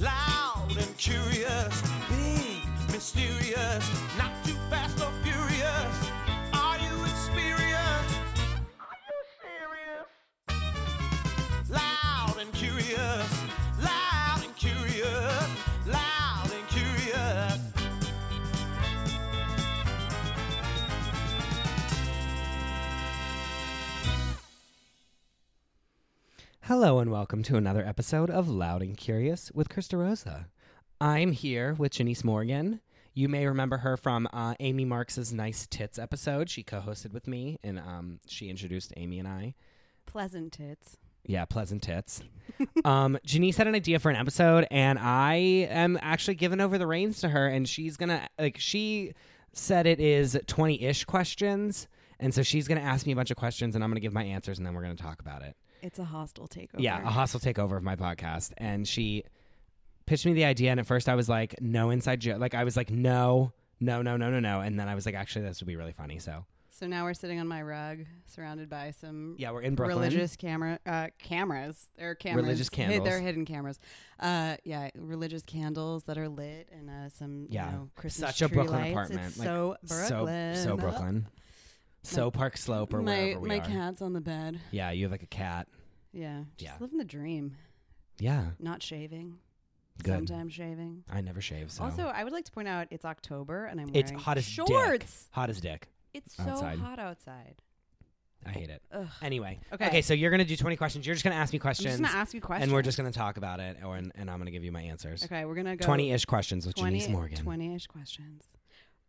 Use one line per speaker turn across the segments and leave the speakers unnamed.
loud and curious, big, mysterious, not too fast or furious. Are you experienced? Are you serious? Loud and curious, loud and curious, loud and curious.
Hello and welcome to another episode of Loud and Curious with Krista Rosa. I'm here with Janice Morgan. You may remember her from uh, Amy Marks's Nice Tits episode. She co-hosted with me, and um, she introduced Amy and I.
Pleasant tits.
Yeah, pleasant tits. um, Janice had an idea for an episode, and I am actually giving over the reins to her, and she's gonna like she said it is twenty ish questions, and so she's gonna ask me a bunch of questions, and I'm gonna give my answers, and then we're gonna talk about it.
It's a hostile takeover.
Yeah, a hostile takeover of my podcast. And she pitched me the idea. And at first I was like, no inside joke. Like, I was like, no, no, no, no, no, no. And then I was like, actually, this would be really funny. So,
So now we're sitting on my rug, surrounded by some
yeah, we're in Brooklyn.
religious camera uh, cameras. There are cameras.
Religious
Hi-
candles.
They're hidden cameras. Uh, yeah, religious candles that are lit and uh, some
Yeah.
you know, Christmas
Such a
tree
Brooklyn
lights.
apartment.
It's
like,
so
So,
Brooklyn.
so Brooklyn. So Park Slope or
my
wherever we
my
are.
cat's on the bed.
Yeah, you have like a cat.
Yeah, just
Yeah.
living the dream.
Yeah,
Not shaving.
good.
Sometimes shaving.
I never shave. So
Also, I would like to point out it's October and I'm
it's
wearing
hot as
shorts.
dick. Hot as dick.
It's so
Outside.
hot outside.
I hate it.
Ugh.
Anyway,
Okay.
so you're gonna do 20 questions. You're just gonna ask me
I'm
questions,
just gonna ask you questions,
and we're just gonna talk about it, or and, and I'm gonna give you my answers.
Okay, we're gonna go
20 ish questions with Janice
20
Morgan.
20-ish questions.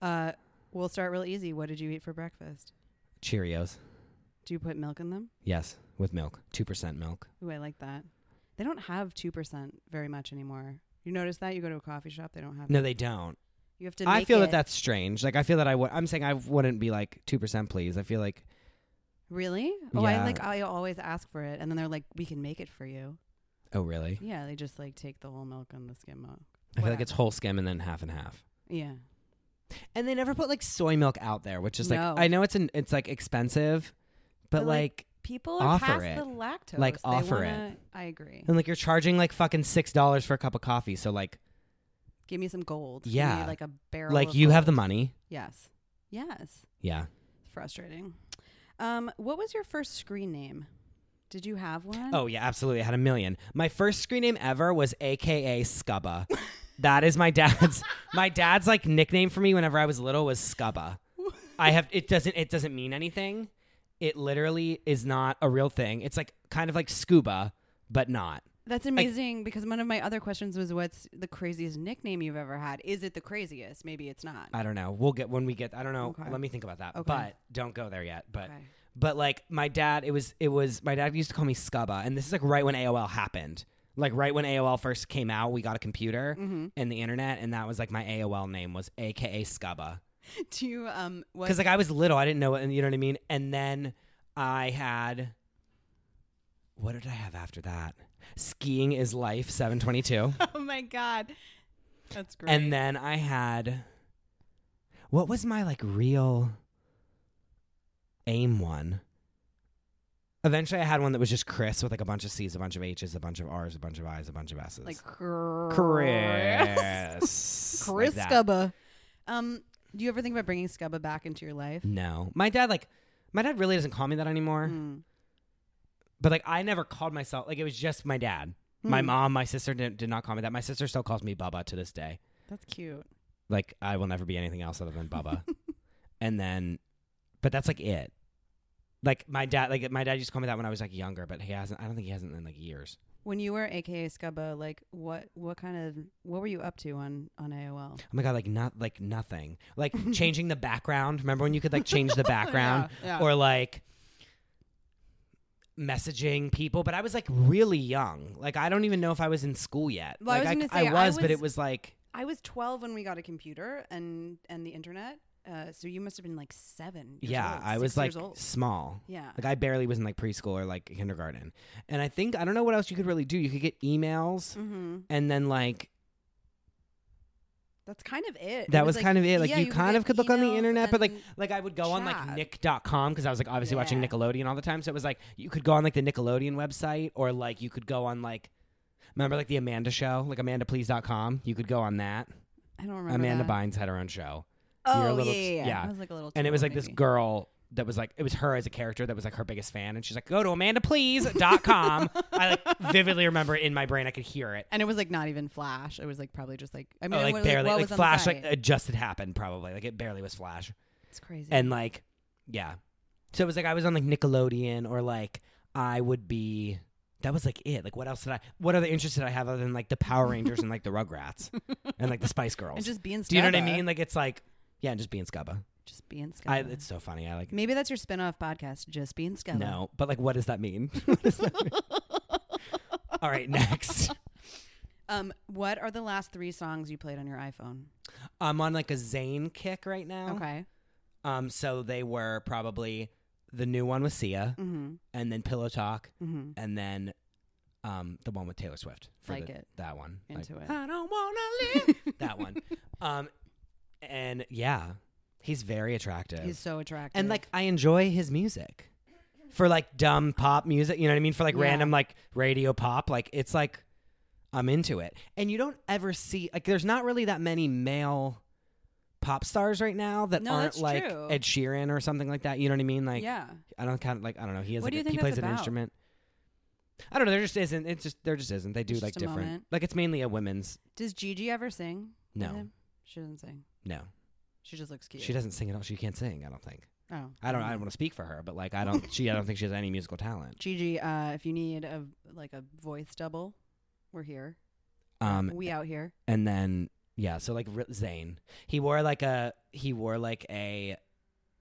Uh, we'll start real easy. What did you eat for breakfast?
Cheerios.
Do you put milk in them?
Yes, with milk. 2% milk.
Ooh, I like that. They don't have two percent very much anymore. You notice that? You go to a coffee shop, they don't have.
No, they don't.
you have to.
I
make
feel
it-
that that's strange. Like, I feel that I would, I'm saying I wouldn't be like 2%, please. I feel like,
really. Oh,
Yeah.
I like. I always ask for it, and then they're like, "We can make it for you."
oh, really?
Yeah, they just like take the whole milk and the skim
I
milk.
feel like
Whatever.
it's whole skim and then half and half.
Yeah,
And they never put like soy milk out there, which is like,
No.
I know it's an, it's like expensive, but
But,
like,
like- people are
Offer
past
it.
the lactose.
Like,
They
offer it.
wanna- I agree.
and like you're charging like fucking $6 for a cup of coffee. So, like,
Give me some gold. Give me,
Yeah.
like a barrel.
like
of
you have the
gold.
money.
Yes. Yes.
Yeah.
Frustrating. Um, what was your first screen name? Did you have one?
Oh yeah, absolutely. I had a million. My first screen name ever was AKA Scubba. that is my dad's my dad's like nickname for me whenever I was little was Scubba. I have it doesn't it doesn't mean anything. It literally is not a real thing. It's like kind of like scuba, but not.
That's amazing because one of my other questions was what's the craziest nickname you've ever had? Is it the craziest? Maybe it's not.
I don't know. We'll get when we get I don't know.
Okay.
Let me think about that.
Okay.
But don't go there yet. But
Okay.
but like my dad it was it was my dad used to call me Scubba and this is like right when AOL happened. Like right when AOL first came out, we got a computer
Mm-hmm.
and the internet and that was like my AOL name was AKA Scubba.
Do you um what
Cuz like I was little, I didn't know it, and you know what I mean? And then I had what did I have after that? Skiing is life 722.
Oh my god. That's great.
and then I had what was my like real aim one? Eventually, I had one that was just Chris with like a bunch of C's, a bunch of H's, a bunch of R's, a bunch of I's, a bunch of S's.
like
Chris,
Chris Chris
Like that.
Scubba. Um do you ever think about bringing Scubba back into your life?
No, my dad like my dad really doesn't call me that anymore.
Mm.
But like I never called myself like it was just my dad. My
Mm.
mom, my sister did, did not call me that. My sister still calls me Bubba to this day.
That's cute.
Like I will never be anything else other than Bubba. and then, but that's like it. Like my dad, like my dad used to call me that when I was like younger, but he hasn't. I don't think he hasn't in like years.
When you were AKA Scubba, like what what kind of what were you up to on on AOL?
Oh my god, like not like nothing. Like changing the background. Remember when you could like change the background Oh,
Oh,
or like messaging people? But I was like really young. Like I don't even know if I was in school yet.
Well, I
like
was gonna say, I
I was, but
was-
it was like
I was 12 when we got a computer and and the internet. Uh, so you must have been like seven. Years
yeah,
old,
I
six
was like
years old.
small.
yeah.
Like I barely was in like preschool or like kindergarten. And I think I don't know what else you could really do. You could get emails
mm-hmm.
and then like
That's kind of it.
that was, kind of it. Like
yeah,
you, kind
get
of could look on the
emails
internet, but like
and-
like I would go on like
chat.
nick.com because I was like obviously watching
Yeah.
Nickelodeon all the time. So it was like you could go on like the Nickelodeon website or like you could go on like Remember like the Amanda show, like AmandaPlease.com? You could go on that.
I don't remember.
Amanda
that.
Bynes had her own show.
Oh
You're a little-
yeah, yeah, yeah.
yeah.
I was like a little.
and it was
too
like this
maybe.
girl that was like it was her as a character that was like her biggest fan and she's like go to amandaplease.com i like vividly remember it in my brain i could hear it
And it was like not even Flash. It was like probably just like I mean,
Oh, like
what-
barely
what
like,
was on the
flash like
site?
it just had happened probably like it barely was flash
it's crazy.
and like yeah so it was like i was on like nickelodeon or like i would be that was like it like what else did i what other interests did i have other than like the power rangers and like the rugrats and like the spice girls
and just being. Scubba.
do you know what i mean like it's like yeah just being scubba
Just being
I,
Scubba.
it's so funny i like
Maybe that's your spin-off podcast, just being Scubba.
No, but like, what does that mean? What does that mean? All right, next.
Um, what are the last three songs you played on your iPhone?
I'm on like a Zayn kick right now.
Okay.
Um, so they were probably the new one with Sia,
Mm-hmm.
and then Pillow Talk,
Mm-hmm.
and then um the one with Taylor Swift.
Like
the-
it.
That one. Like, uh,
Into it.
I don't wanna live. that one. Um, and yeah, he's very attractive.
He's so attractive.
and like I enjoy his music for like dumb pop music. You know what I mean? For like
Yeah.
random like radio pop. Like it's like I'm into it. And you don't ever see like there's not really that many male pop stars right now that
No,
aren't
that's
like
true.
Ed Sheeran or something like that. You know what I mean? Like
yeah.
I don't kind of like I don't know. He has like
What do you
a-
think
he
that's
plays an
about?
instrument. I don't know. There just isn't. It's just there just isn't. They do
It's
like
just a
different.
moment.
Like it's mainly a women's.
Does Gigi ever sing? with
No.
him? She doesn't sing.
No,
She just looks cute.
she doesn't sing at all. She can't sing. I don't think.
Oh.
I don't. I don't want to speak for her, but like I don't. she. I don't think she has any musical talent.
Gigi, uh, if you need a like a voice double, we're here.
Um,
we out here.
and then yeah, so like re- Zayn, he wore like a he wore like a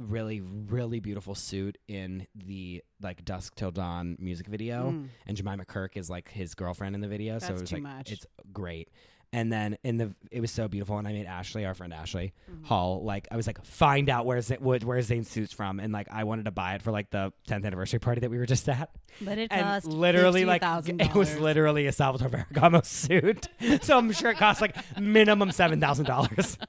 really really beautiful suit in the like dusk till dawn music video,
Mm.
and Jemima Kirk is like his girlfriend in the video, so
That's
it was
too
like
much.
it's great. And then in the it was so beautiful, and I made Ashley, our friend Ashley
Mhm.
Hall, like I was like find out where Zayn, where Zayn's suits from, and like I wanted to buy it for like the 10th anniversary party that we were just at
But it
and
cost
literally like
$50,000.
it was literally a Salvatore Ferragamo suit. so I'm sure it costs like minimum seven thousand dollars.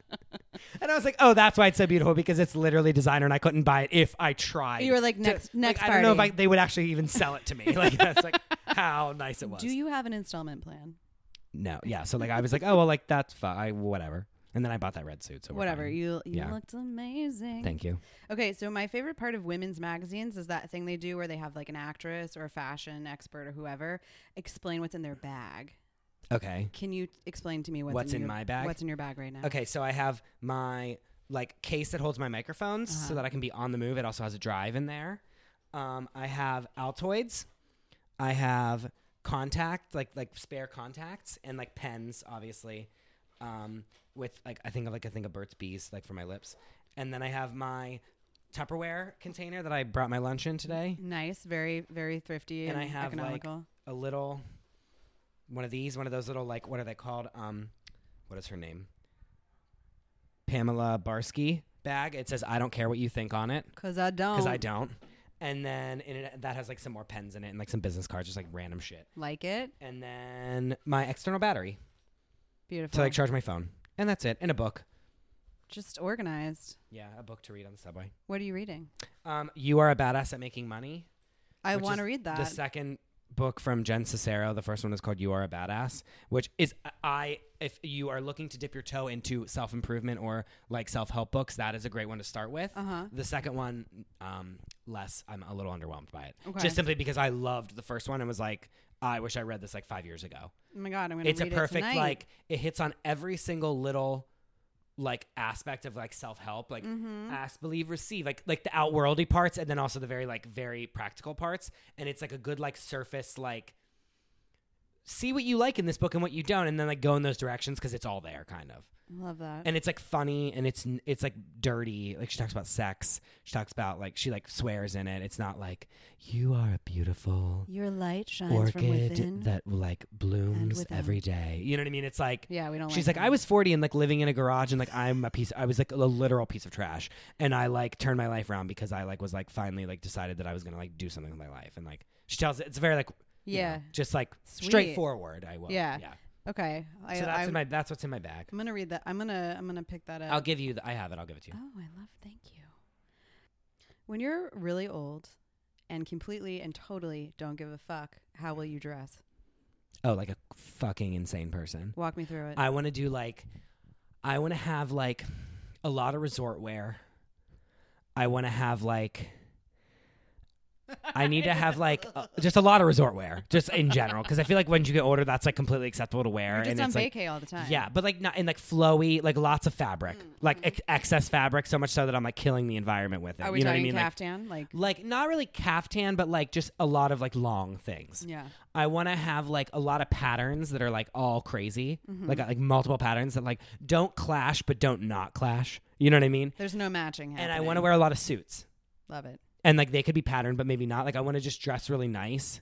And I was like, oh, that's why it's so beautiful because it's literally designer, and I couldn't buy it if I tried.
You were like
to-
next next
I don't know if I,
party.
they would actually even sell it to me. Like that's like how nice it was.
Do you have an installment plan?
No, yeah. So like I was like, oh well, like that's fine, I, whatever. And then I bought that red suit. So we're
Whatever.
fine.
You you
Yeah.
looked amazing.
Thank you.
Okay, so my favorite part of women's magazines is that thing they do where they have like an actress or a fashion expert or whoever explain what's in their bag.
Okay.
Can you explain to me what's,
What's in
your-
my bag?
What's in your bag right now?
Okay, so I have my like case that holds my microphones so that I can be on the move. It also has a drive in there. Um, I have Altoids. I have contact, like like spare contacts and like pens, obviously. Um, with like I think of like I think of Burt's Bees, like for my lips. And then I have my Tupperware container that I brought my lunch in today.
Nice, very very thrifty and,
And I have like
economical.
a little one of these, one of those little like what are they called? Um, what is her name? Pamela Barsky bag. It says "I don't care what you think" on it
Cause I don't.
because I don't. And then in it, that has like some more pens in it and like some business cards, just like random shit.
like it.
And then my external battery
Beautiful.
to like charge my phone, and that's it. And a book.
Just organized.
Yeah, a book to read on the subway.
What are you reading?
Um, you are a badass at making money.
I
which
want to
is
read that.
The second book from Jen Cicero. The first one is called "You Are a Badass," which is uh, I. If you are looking to dip your toe into self improvement or like self help books, that is a great one to start with.
Uh-huh.
The second one, um, less. I'm a little underwhelmed by it,
Okay.
just simply because I loved the first one and was like, I wish I read this like five years ago.
oh my god, I'm gonna
It's a
read
perfect
it tonight.
like. It hits on every single little like aspect of like self help, like
Mm-hmm.
ask, believe, receive, like like the outworldy parts, and then also the very like very practical parts. And it's like a good like surface like see what you like in this book and what you don't, and then like go in those directions because it's all there kind of.
Love that.
And it's like funny and it's it's like dirty. Like she talks about sex. She talks about like she like swears in it. It's not like you are a beautiful
your light shines from within.
orchid that like blooms
without.
every day. You know what I mean? It's like
yeah, we don't.
She's
like,
like, I was 40 and like living in a garage and like I'm a piece. I was like a literal piece of trash, and I like turned my life around because I like was like finally like decided that I was gonna like do something with my life, and like she tells it, it's very like you know,
Yeah.
just like
Sweet.
straightforward. I will.
Yeah.
yeah.
Okay. I,
So that's
I,
in my that's what's in my bag.
I'm gonna read that. I'm gonna I'm gonna pick that up.
I'll give you. The, I have it. I'll give it to you.
Oh, I love. Thank you. When you're really old and completely and totally don't give a fuck, how will you dress?
Oh, like a fucking insane person.
Walk me through it.
I want to do like, I want to have like a lot of resort wear. I want to have like, I need to have like a, just a lot of resort wear, just in general, because I feel like when you get older, that's like completely acceptable to wear,
You're just
and
on
it's like.
vacay all the time.
Yeah, but like not in like flowy, like lots of fabric,
Mm,
like ex- excess fabric, so much so that I'm like killing the environment with it.
mm-hmm. Are we
you know what I
talking
mean? Like,
caftan? Like,
like not really caftan, but like just a lot of like long things.
yeah.
I want to have like a lot of patterns that are like all crazy, like like multiple patterns that like don't clash but don't not clash. You know what I mean?
There's no matching.
And I want to wear a lot of suits,
Love it.
and like they could be patterned but maybe not. Like I want to just dress really nice,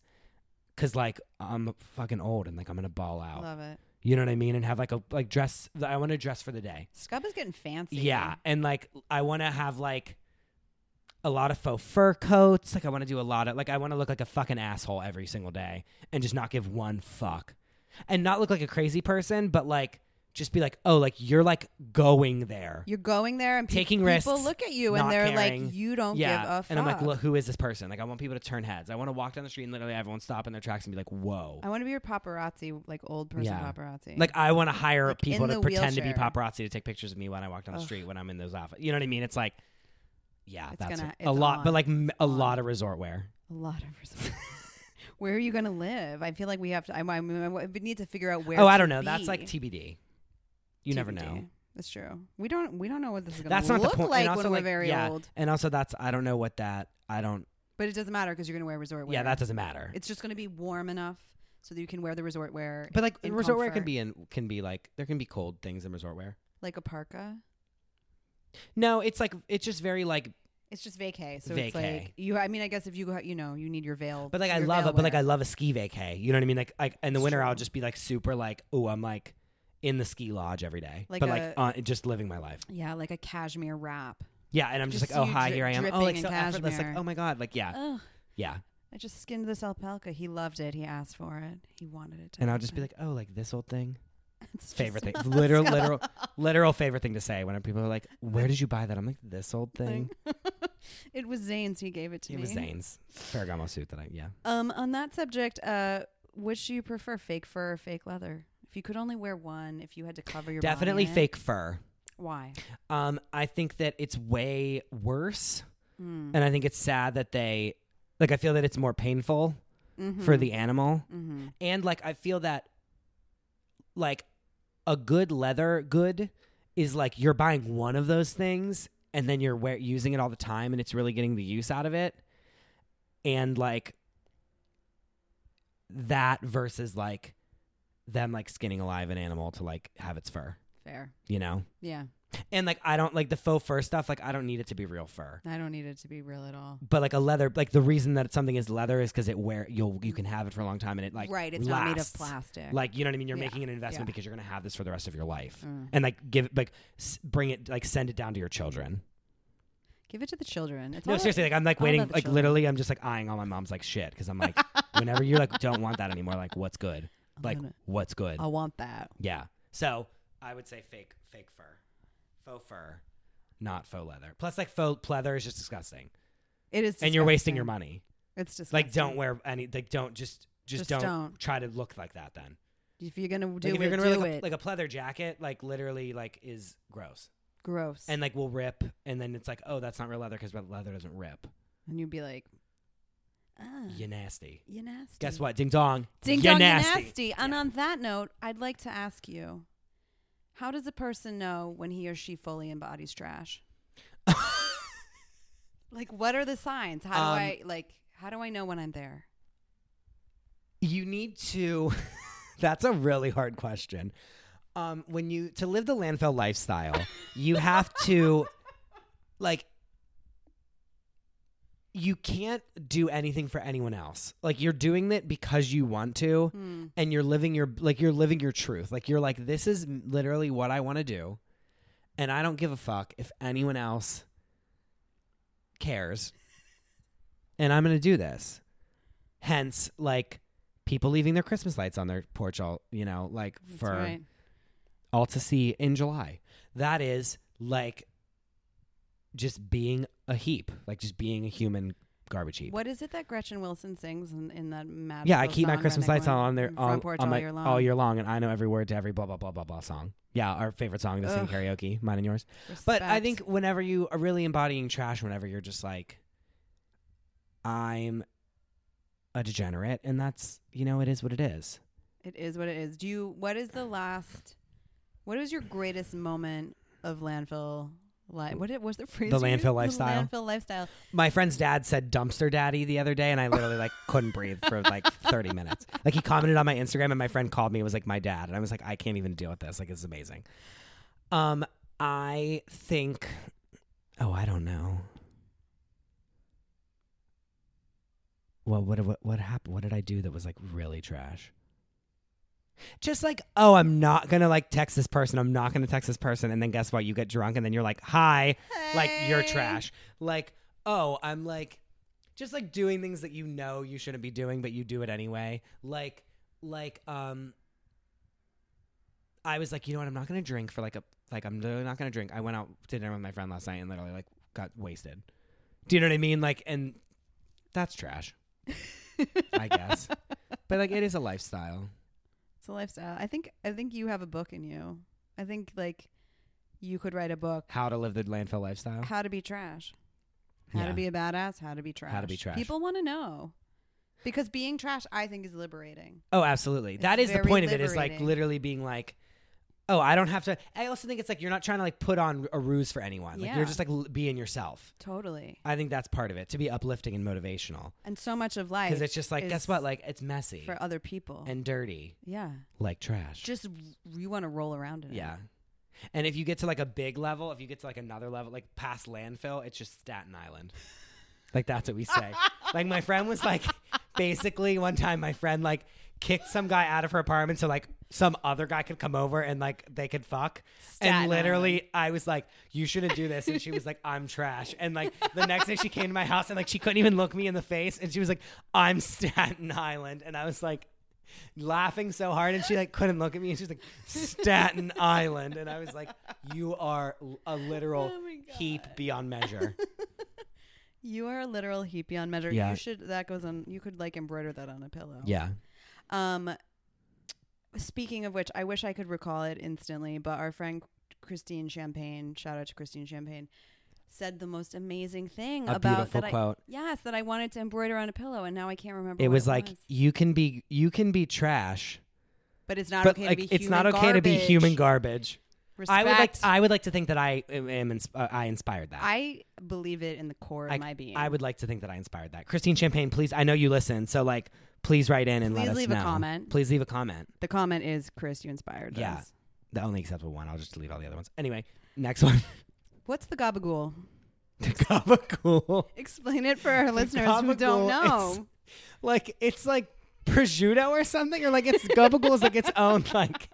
cause like I'm fucking old and like I'm gonna ball out.
Love it.
You know what I mean? And have like a like dress. I want to dress for the day.
Scub is getting fancy.
Yeah, and like I want to have like a lot of faux fur coats. Like I want to do a lot of like I want to look like a fucking asshole every single day and just not give one fuck, and not look like a crazy person, but like just be like, oh, like you're like going there.
You're going there and pe-
Taking
people
risks,
look at you and
not
they're
caring.
like, you don't
yeah,
give a fuck.
and I'm like, look, who is this person? Like, I want people to turn heads. I want to walk down the street and literally everyone stop in their tracks and be like, whoa.
I want to be your paparazzi, like old person
Yeah.
paparazzi.
Like, I want to hire
Like,
people
in
to
the
pretend to be
wheelchair.
paparazzi to take pictures of me when I walk down the
Ugh.
street when I'm in those outfits. You know what I mean? It's like, yeah,
It's
that's
gonna-
a
it's
lot,
on.
but like m- a
on.
lot of resort wear.
a lot of resort. where are you going to live? I feel like we have to. I, I, I we need to figure out where.
Oh, I
to
don't know.
Be.
That's like TBD. You never know.
TBD. That's true. We don't. We don't know what this is going
That's
to
not the
look
point.
like
and also,
when we're
like,
very
yeah.
old.
And also, that's I don't know what that I don't.
But it doesn't matter because you're going to wear resort wear.
Yeah, that doesn't matter.
It's just going to be warm enough so that you can wear the resort wear,
but like
in
resort wear can
comfort.
be in can be like there can be cold things in resort wear.
like a parka.
No, it's like it's just very like.
It's just vacay, so
Vacay.
it's like you. I mean, I guess if you go, out, you know, you need your veil.
But like I
your
love
veil
it. But like I
wear.
love a ski vacay. You know what I mean? Like like in the
It's
winter I'll
true.
just be like super like oh I'm like in the ski lodge every day.
Like
but
a-
like uh, just living my life.
yeah, like a cashmere wrap.
Yeah, and I'm just,
Just
like oh
you
hi
dri-
here I am. Oh
dripping
like
in
so effortless. Like
cashmere. Uh.
oh my god. Like yeah
Ugh,
yeah.
I just skinned this alpaca. He loved it. He asked for it. He wanted it. To
And I'll just be
happen.
like oh like this old thing.
It's just
favorite thing.
not
Literal,
Scott.
literal, literal favorite thing to say when people are like, "Where did you buy that?" I'm like, "This old thing."
it was Zane's. He gave it to
It
me.
was Zane's Ferragamo suit that I yeah.
Um, on that subject, uh, which do you prefer, fake fur or fake leather? If you could only wear one, if you had to cover your body
Definitely
in it,
fake fur.
Why?
Um, I think that it's way worse,
Mm.
and I think it's sad that they like. I feel that it's more painful
Mm-hmm.
for the animal,
hmm
and like I feel that like a good leather good is like you're buying one of those things and then you're wear- using it all the time and it's really getting the use out of it and like that versus like them like skinning alive an animal to like have its fur
Fair.
you know
Yeah,
and like i don't like the faux fur stuff like i don't need it to be real fur
I don't need it to be real at all.
but like a leather like the reason that something is leather is because it wear you'll you can have it for a long time and it like
right, it's
lasts.
not made of plastic.
Like, you know what I mean? You're
Yeah,
making an investment
yeah.
because you're going to have this for the rest of your life.
Mm.
And like, give like, s- bring it, like, send it down to your children.
Give it to the children. It's
No,
all-
seriously, like, I'm like
all
waiting,
about the
like,
children.
literally, I'm just like eyeing all my mom's like shit because I'm like, whenever you like don't want that anymore, like, what's good?
I'm
Like,
gonna-
what's good?
I want that.
Yeah. So I would say fake, fake fur, faux fur, not faux leather. Plus, like, faux leather is just disgusting,
It is,
and you're wasting your
disgusting.
money.
It's just
Like, don't wear any. Like, don't just. Just,
Just
don't,
don't.
try to look like that. Then,
If you're gonna do
like,
it,
if you're gonna wear
do
like
it.
a, like a pleather jacket, like literally, like is gross.
Gross.
and like will rip, and then it's like, oh, that's not real leather because leather doesn't rip.
and you'd be like, ah,
You nasty.
you nasty.
Guess what? Ding dong.
Ding
you
dong,
nasty.
you nasty. And on that note, I'd like to ask you, how does a person know when he or she fully embodies trash? like, what are the signs? How do
Um,
I like? How do I know when I'm there?
You need to. that's a really hard question. Um, when you to live the landfill lifestyle, you have to, like. You can't do anything for anyone else. Like you're doing it because you want to.
Hmm.
and you're living your like you're living your truth. Like you're like this is literally what I want to do, and I don't give a fuck if anyone else cares. And I'm gonna do this. Hence, like people leaving their Christmas lights on their porch all you know, like
That's
for
right.
all to see in July. That is like just being a heap, like just being a human garbage heap.
What is it that Gretchen Wilson sings in, in that mad?
e Yeah, I
Little
keep my
song,
Christmas
Running
lights on there
Front
on,
porch
on
all
my,
year long.
all year long, and I know every word to every blah blah blah blah blah song. Yeah, our favorite song to sing
Ugh.
karaoke, mine and yours. But I
Respect.
think whenever you are really embodying trash, whenever you're just like, I'm a degenerate, and that's you know it is what it is.
it is what it is. Do you? What is the last? What is your greatest moment of landfill? Li- what it was the phrase? you
landfill
used?
lifestyle.
The landfill lifestyle.
My friend's dad said dumpster daddy the other day, and I literally like couldn't breathe for like 30 minutes. Like he commented on my Instagram, and my friend called me. It was like my dad, and I was like, I can't even deal with this. Like it's amazing. Um, I think. Oh, I don't know. Well, what what what happened? What did I do that was like really trash? Just like, oh, I'm not gonna like text this person. I'm not gonna text this person, and then guess what? You get drunk, and then you're like, hi, like you're
Hey.
trash. Like, oh, I'm like just like doing things that you know you shouldn't be doing but you do it anyway. Like like um I was like, you know what? I'm not going to drink for like a like I'm literally not going to drink. I went out to dinner with my friend last night and literally like got wasted. Do you know what I mean? Like and that's trash. I guess. But like it is a lifestyle.
It's a lifestyle. I think. I think you have a book in you. I think like you could write a book.
How to live the landfill lifestyle?
How to be trash. How
Yeah.
to be a badass. How to be trash.
How to be trash.
People want to know. Because being trash, I think, is liberating.
Oh, absolutely.
It's
that is the
very
point of it. Is like
liberating.
literally being like, oh, I don't have to. I also think it's like you're not trying to like put on a ruse for anyone. Like
Yeah.
you're just like l- being yourself.
Totally.
I think that's part of it to be uplifting and motivational
And so much of life.
because it's just like
is
guess what? Like it's messy
for other people.
and dirty,
yeah.
like trash.
Just r- you want to roll around in it.
yeah. And if you get to like a big level, if you get to like another level, like past landfill, it's just Staten Island. Like that's what we say. like my friend was like, basically one time my friend like kicked some guy out of her apartment so like some other guy could come over and like they could fuck.
Staten
and literally I was like, you shouldn't do this. And she was like, I'm trash. And like the next day she came to my house and like she couldn't even look me in the face. And she was like, I'm Staten Island. And I was like, laughing so hard and she like couldn't look at me and she's like Staten Island and I was like you are l- a literal
Oh my God.
heap beyond measure
You are a literal heap beyond measure.
Yeah.
You should, that goes on, you could like embroider that on a pillow.
yeah
Um, speaking of which, I wish I could recall it instantly, but our friend Christine Champagne, shout out to Christine Champagne, said the most amazing thing
A
about
beautiful
that
quote.
I, yes, that I wanted to embroider on a pillow, and now I can't remember.
it
what
was like you can be you can be trash
but it's not
but
okay.
like
to be
it's
human
not okay to be
garbage.
human garbage
Respect.
I would like I would like to think that I am, am ins- uh, I inspired that
I believe it in the core of
I,
my being.
I would like to think that I inspired that Christine Champagne please I know you listen so like please write in and let
Please
us
leave a
know.
comment.
please leave a comment
The comment is, Chris, you inspired
Yeah.
us.
the only acceptable one I'll just delete all the other ones anyway next one
What's the gabagool?
the gabagool
Explain it for our listeners who don't
gabagool is-
know.
like it's like prosciutto or something, or like it's gabagool is like its own like.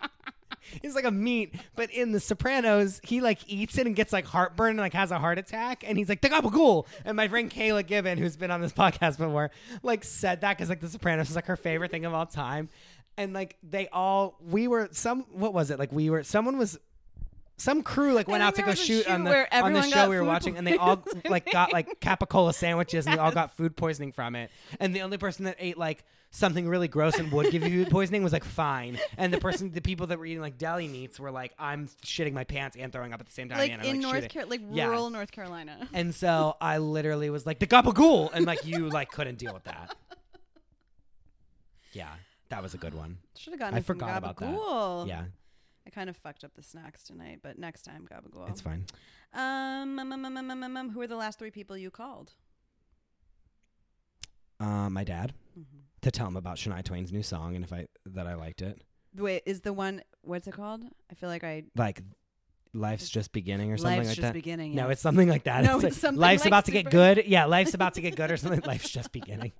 It's like a meat, but in The Sopranos, he like eats it and gets like heartburn and like has a heart attack, and he's like the gabagool. And my friend Kayla Gibbon, who's been on this podcast before, like said that because like The Sopranos is like her favorite thing of all time, and like they all we were some what was it like we were someone was some crew like went
think
out to
there
go
was a
shoot
shoot
on the
where
on the
everyone
show
got
we were
food
watching, and they all like got like capicola sandwiches, and we all got food poisoning from it. And the only person that ate like something really gross and would give you food poisoning was like fine, and the person, the people that were eating like deli meats were like, I'm shitting my pants and throwing up at the same time,
Like
and I'm
in
like
North
shooting.
Carolina, like
Yeah.
rural North Carolina.
And so I literally was like the gabagool, and like you like couldn't deal with that. Yeah, that was a good one.
Should have gotten
I
some
forgot about that.
gabagool.
Yeah,
I kind of fucked up the snacks tonight, but next time gabagool.
it's fine.
Um, um, um, um, um, um, um, um, who are the last three people you called?
Uh, my dad to tell him about Shania Twain's new song and if I that I liked it.
Wait, is the one what's it called? I feel like I
like life's just beginning or something
life's
like
just
that.
beginning.
No,
yes.
it's something like that.
No,
it's like,
it's something
life's
like
about to get
super-
good. Yeah, life's about to get good or something. life's just beginning.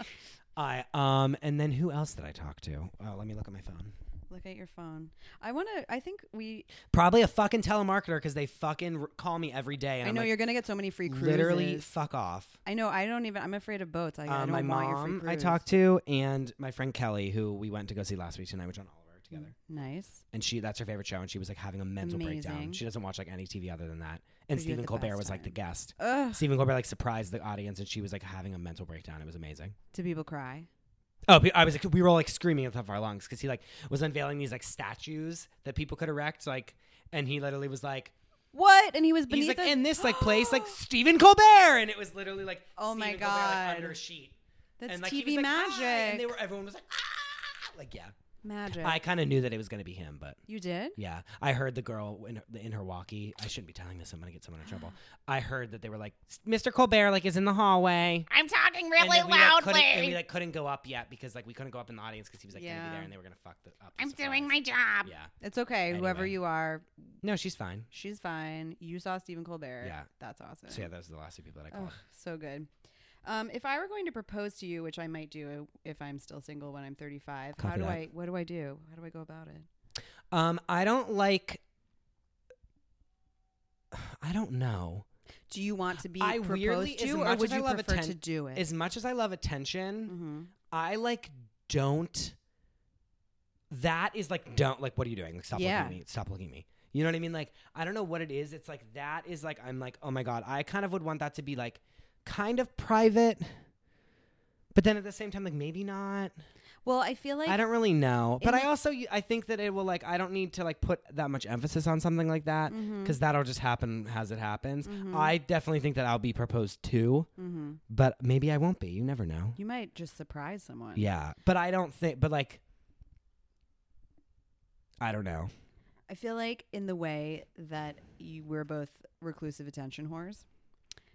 I um and then who else did I talk to? Oh, let me look at my phone.
look at your phone. I want to. I think we.
Probably a fucking telemarketer because they fucking r- call me every day. And
I
I'm
know
like,
you're gonna get so many free cruises.
literally fuck off.
I know. I don't even. I'm afraid of boats. I, I
Uh,
don't
my
want your free
mom
cruise. Mm.
I talked to and my friend Kelly who we went to go see last week tonight, which on Oliver together.
Nice.
And she that's her favorite show and she was like having a mental breakdown.
Amazing.
She doesn't watch like any TV other than that. And
But you had
Stephen
the
Colbert
best
was like the
time.
guest.
Ugh.
Stephen Colbert like surprised the audience and she was like having a mental breakdown. It was amazing.
Do people cry?
Oh, pe- I was like, we were all like screaming at the top of our lungs because he like was unveiling these like statues that people could erect, like, and he literally was like,
What? And he was
he's
beneath
like
a-
in this like place like Stephen Colbert, and it was literally like,
Oh my
Stephen Colbert, like,
God.
under a sheet,
That's
and like he was,
TV
like, "Hi,"
magic.
and they were everyone was like, ah, like yeah.
magic.
I kind of knew that it was gonna be him, but
you did?
yeah, I heard the girl in her, in her walkie. I shouldn't be telling this. I'm gonna get someone in trouble. I heard that they were like, Mr. Colbert like is in the hallway.
I'm talking
And
really
then we, like,
loudly.
couldn't- and we like couldn't go up yet because like we couldn't go up in the audience because he was like gonna
Yeah.
be there and they were gonna fuck the, up. the
I'm doing
surprise.
my job.
Yeah.
It's okay. Whoever
Anyway.
you are,
No, she's fine.
she's fine. You saw Stephen Colbert.
Yeah.
That's awesome.
So yeah, those are the last two people that I
Oh,
called.
so good. Um, if I were going to propose to you, which I might do uh, if I'm still single when I'm 35, how
Copy
do
that.
I? What do I do? How do I go about it?
Um, I don't like. I don't know.
Do you want to be
I
proposed
weirdly- as
to, or
much
would
as I
you
love
prefer to
atten-
do it?
As much as I love attention,
mm-hmm.
I like don't. That is like don't like. What are you doing? Like, stop
Yeah.
looking at me. Stop looking at me. You know what I mean? Like I don't know what it is. It's like that is like I'm like oh my god. I kind of would want that to be like kind of private, but then at the same time like maybe not.
Well, I feel like
I don't really know, but
in
I
the-
also I think that it will like I don't need to like put that much emphasis on something like that
Mm-hmm.
because that'll just happen as it happens. I definitely think that I'll be proposed to,
hmm
but maybe I won't be. You never know.
You might just surprise someone.
Yeah, but I don't think. But like, I don't know.
I feel like in the way that you, we're both reclusive attention whores.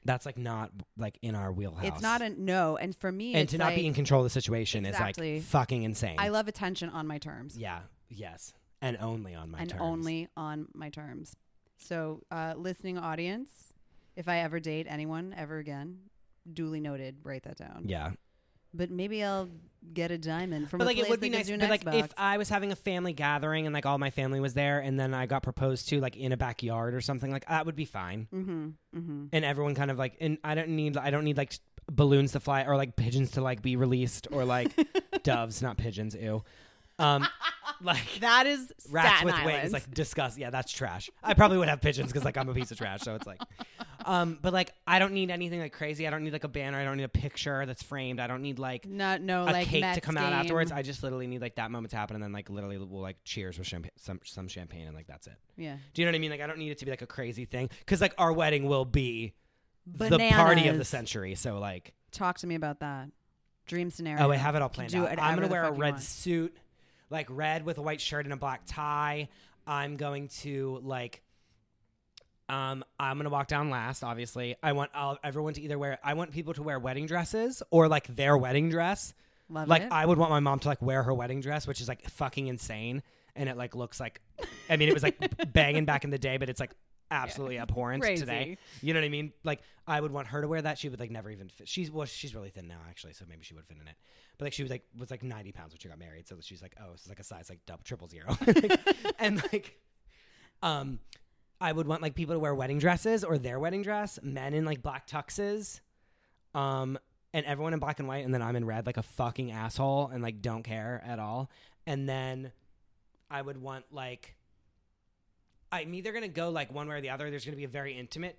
That's like not like in our wheelhouse.
It's not a no, and for me,
and
it's
to not be in
like,
control of the situation
Exactly.
is like fucking insane.
I love attention on my terms.
yeah. Yes. And only on my
and
terms.
only on my terms. So, uh, listening audience, if I ever date anyone ever again, duly noted. Write that down.
Yeah.
But maybe I'll get a diamond from
But
a
like
place
it would
that
be nice.
gives you
But
an
like
Xbox.
if I was having a family gathering and like all my family was there, and then I got proposed to like in a backyard or something, like that would be fine.
mm-hmm, mm-hmm.
And everyone kind of like, and I don't need, I don't need like balloons to fly or like pigeons to like be released or like doves, not pigeons. Ew. Um, like
That is
rats
Staten
with
Island.
wings like disgust yeah that's trash i probably would have pigeons because like i'm a piece of trash so it's like um but like i don't need anything like crazy i don't need like a banner i don't need a picture that's framed i don't need like
Not no
a
like
cake
Mets
to come out
game.
afterwards i just literally need like that moment to happen and then like literally we'll like cheers with champa- some, some champagne and like that's it
yeah,
do you know what i mean like i don't need it to be like a crazy thing because like our wedding will be the party of the
Bananas.
century so like
Talk to me about that dream scenario.
oh i have it all planned
do
out i'm
whatever
gonna
the
wear a
fuck you
red
want.
suit like red with a white shirt and a black tie i'm going to like um i'm gonna walk down last obviously i want all, everyone to either wear i want people to wear wedding dresses or like their wedding dress
Love
like
it.
i would want my mom to like wear her wedding dress which is like fucking insane and it like looks like i mean it was like banging back in the day but it's like absolutely abhorrent today
Crazy.
you know what i mean like i would want her to wear that she would like never even fit she's well she's really thin now actually so maybe she would fit in it but like she was like was like 90 pounds when she got married so she's like oh this is like a size like double triple zero and like um i would want like people to wear wedding dresses or their wedding dress men in like black tuxes um and everyone in black and white and then i'm in red like a fucking asshole and like don't care at all and then i would want like i'm either gonna go like one way or the other there's gonna be a very intimate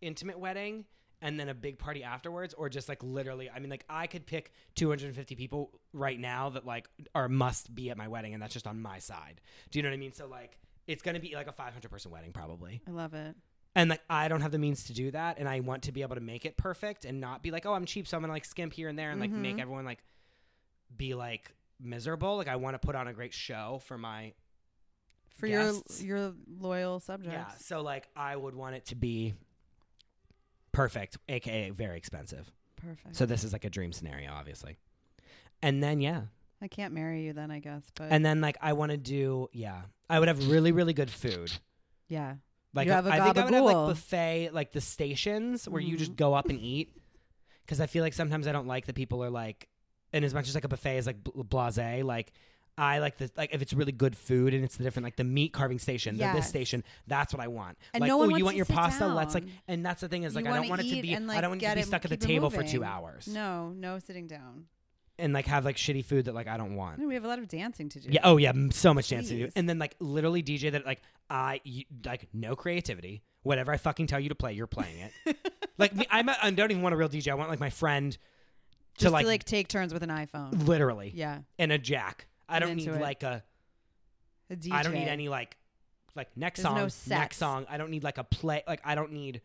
intimate wedding and then a big party afterwards or just like literally i mean like i could pick 250 people right now that like are must be at my wedding and that's just on my side do you know what i mean so like it's gonna be like a 500 person wedding probably
I love it.
and like I don't have the means to do that, and I want to be able to make it perfect and not be like, oh, I'm cheap, so I'm gonna like skimp here and there and like make everyone like be like miserable. Like I want to put on a great show for my
For
Guests.
your your loyal subjects.
yeah. So like I would want it to be perfect, aka very expensive.
Perfect.
So this is like a dream scenario, obviously. And then yeah,
I can't marry you then, I guess. But
and then like I want to do yeah, I would have really really good food.
yeah,
Like
You have a
I think I would have like
gabagool. Mm-hmm.
buffet, like the stations where you just go up and eat. Because I feel like sometimes I don't like that people are like, and as much as like a buffet is like bl- blasé, like I like the like if it's really good food and it's the different like the meat carving station, the this
Yes.
station, that's what I want.
And
like,
no one
oh, you
wants
want
to
your
sit
pasta? Let's like,
down.
and that's the thing is
You
like I don't
wanna
want it to
eat
be,
and,
I
like,
don't want it to
get
be
it-
stuck at the
keep it
table for two
moving.
hours.
No, no sitting down.
and like have like shitty food that like I don't want.
No, we have a lot of dancing to do.
Yeah. Oh yeah. m- So much dancing to do.
Please.
And then like literally DJ that like I you, like no creativity. Whatever I fucking tell you to play, you're playing it. like me, I'm a, I don't even want a real DJ. I want like my friend
Just
to like,
take turns with an iPhone.
literally
Yeah,
and a jack. I
I'm
don't need
into it.
like a.
a DJ.
I don't need any like like next
There's no
song,
sets.
next song. I don't need like a play. Like I don't need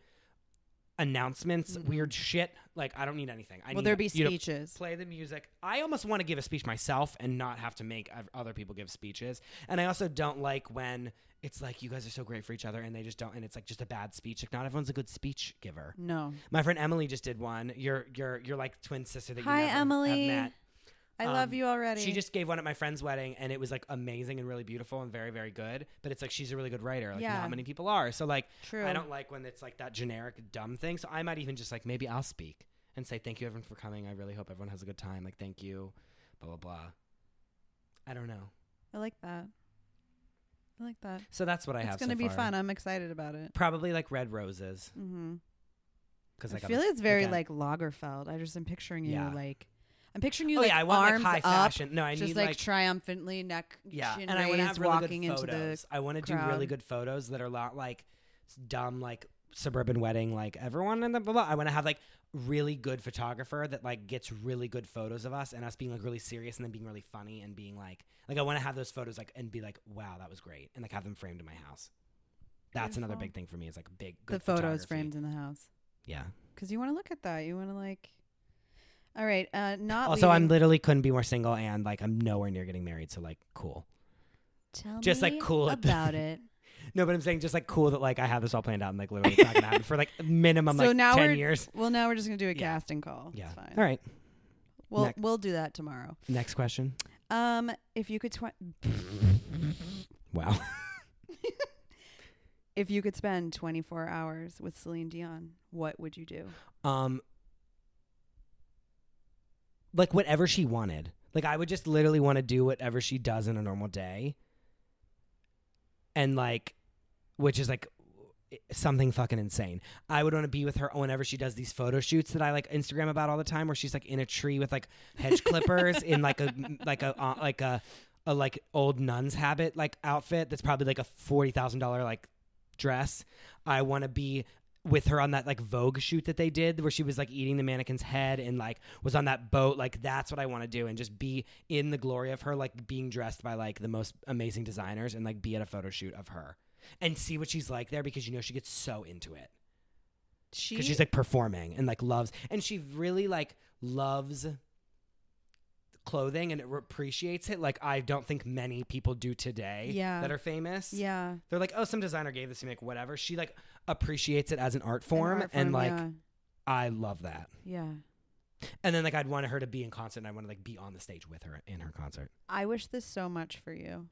announcements, weird shit. Like I don't need anything. I
Mm-hmm. Will
need
there be
you to
speeches?
play the music. I almost want to give a speech myself and not have to make oth- other people give speeches. And I also don't like when it's like you guys are so great for each other and they just don't and it's like just a bad speech. Like not everyone's a good speech giver.
No.
My friend Emily just did one. Your your your like twin sister that
Hi,
you never have
Emily.
met.
I love
Um,
you already.
She just gave one at my friend's wedding, and it was like amazing and really beautiful and very, very good. But it's like she's a really good writer. Like
Yeah.
not many people are. So like,
True.
I don't like when it's like that generic dumb thing. So I might even just like maybe I'll speak and say thank you everyone for coming. I really hope everyone has a good time. Like thank you, blah blah blah. I don't know.
I like that. I like that.
So that's what I have.
it's going to
so
be
far.
fun. I'm excited about it.
Probably like red roses
Mm-hmm.
because
I
like
feel it's very
again-
like Lagerfeld. I just am picturing you
Yeah.
like I'm picturing you
oh
like
yeah, I want
arms
like high
up,
fashion. No, I
just
need
like,
like.
triumphantly neck
yeah,
chin
and I want to
raised,
have really
walking
good
into the
photos. I want to do really
crowd.
good photos that are not like s- dumb, like suburban wedding, like everyone and the blah blah. I want to have like really good photographer that like gets really good photos of us and us being like really serious and then being really funny and being like like I want to have those photos like and be like wow that was great and like have them framed in my house. That's another
Beautiful.
big thing for me is like big good
the photos
photography.
framed in the house
Yeah.
because you want to look at that. You want to like. All right, uh, not
also, I'm
leaving-
literally couldn't be more single and like I'm nowhere near getting married, so like cool.
Tell
just, like,
me
cool at the-
about it.
No, but I'm saying just like cool that like I have this all planned out and like literally it's not gonna happen for like minimum
So
like
now we're-
ten years.
Well, now we're just gonna do a
Yeah.
casting call.
Yeah.
it's fine.
All right.
We'll
Next.
we'll do that tomorrow.
Next question.
Um, if you could twi-
Wow.
if you could spend 24 hours with Celine Dion, what would you do?
Um. Like whatever she wanted. Like I would just literally want to do whatever she does in a normal day. And like, which is like something fucking insane. I would want to be with her whenever she does these photo shoots that I like Instagram about all the time, where she's like in a tree with like hedge clippers in like a like a uh, like a a like old nun's habit like outfit that's probably like a forty thousand dollar like dress. I want to be with her on that like Vogue shoot that they did where she was like eating the mannequin's head and like was on that boat like that's what I want to do and just be in the glory of her like being dressed by like the most amazing designers and like be at a photo shoot of her and see what she's like there because you know she gets so into it
She
because she's like performing and like loves and she really like loves clothing and appreciates it like I don't think many people do today
Yeah.
that are famous
yeah an
they're like oh some designer gave this to me like whatever she like appreciates it as an art form
art
and
form,
like
yeah.
I love that.
yeah.
And then like I'd want her to be in concert and I want to like be on the stage with her in her concert.
I wish this so much for you.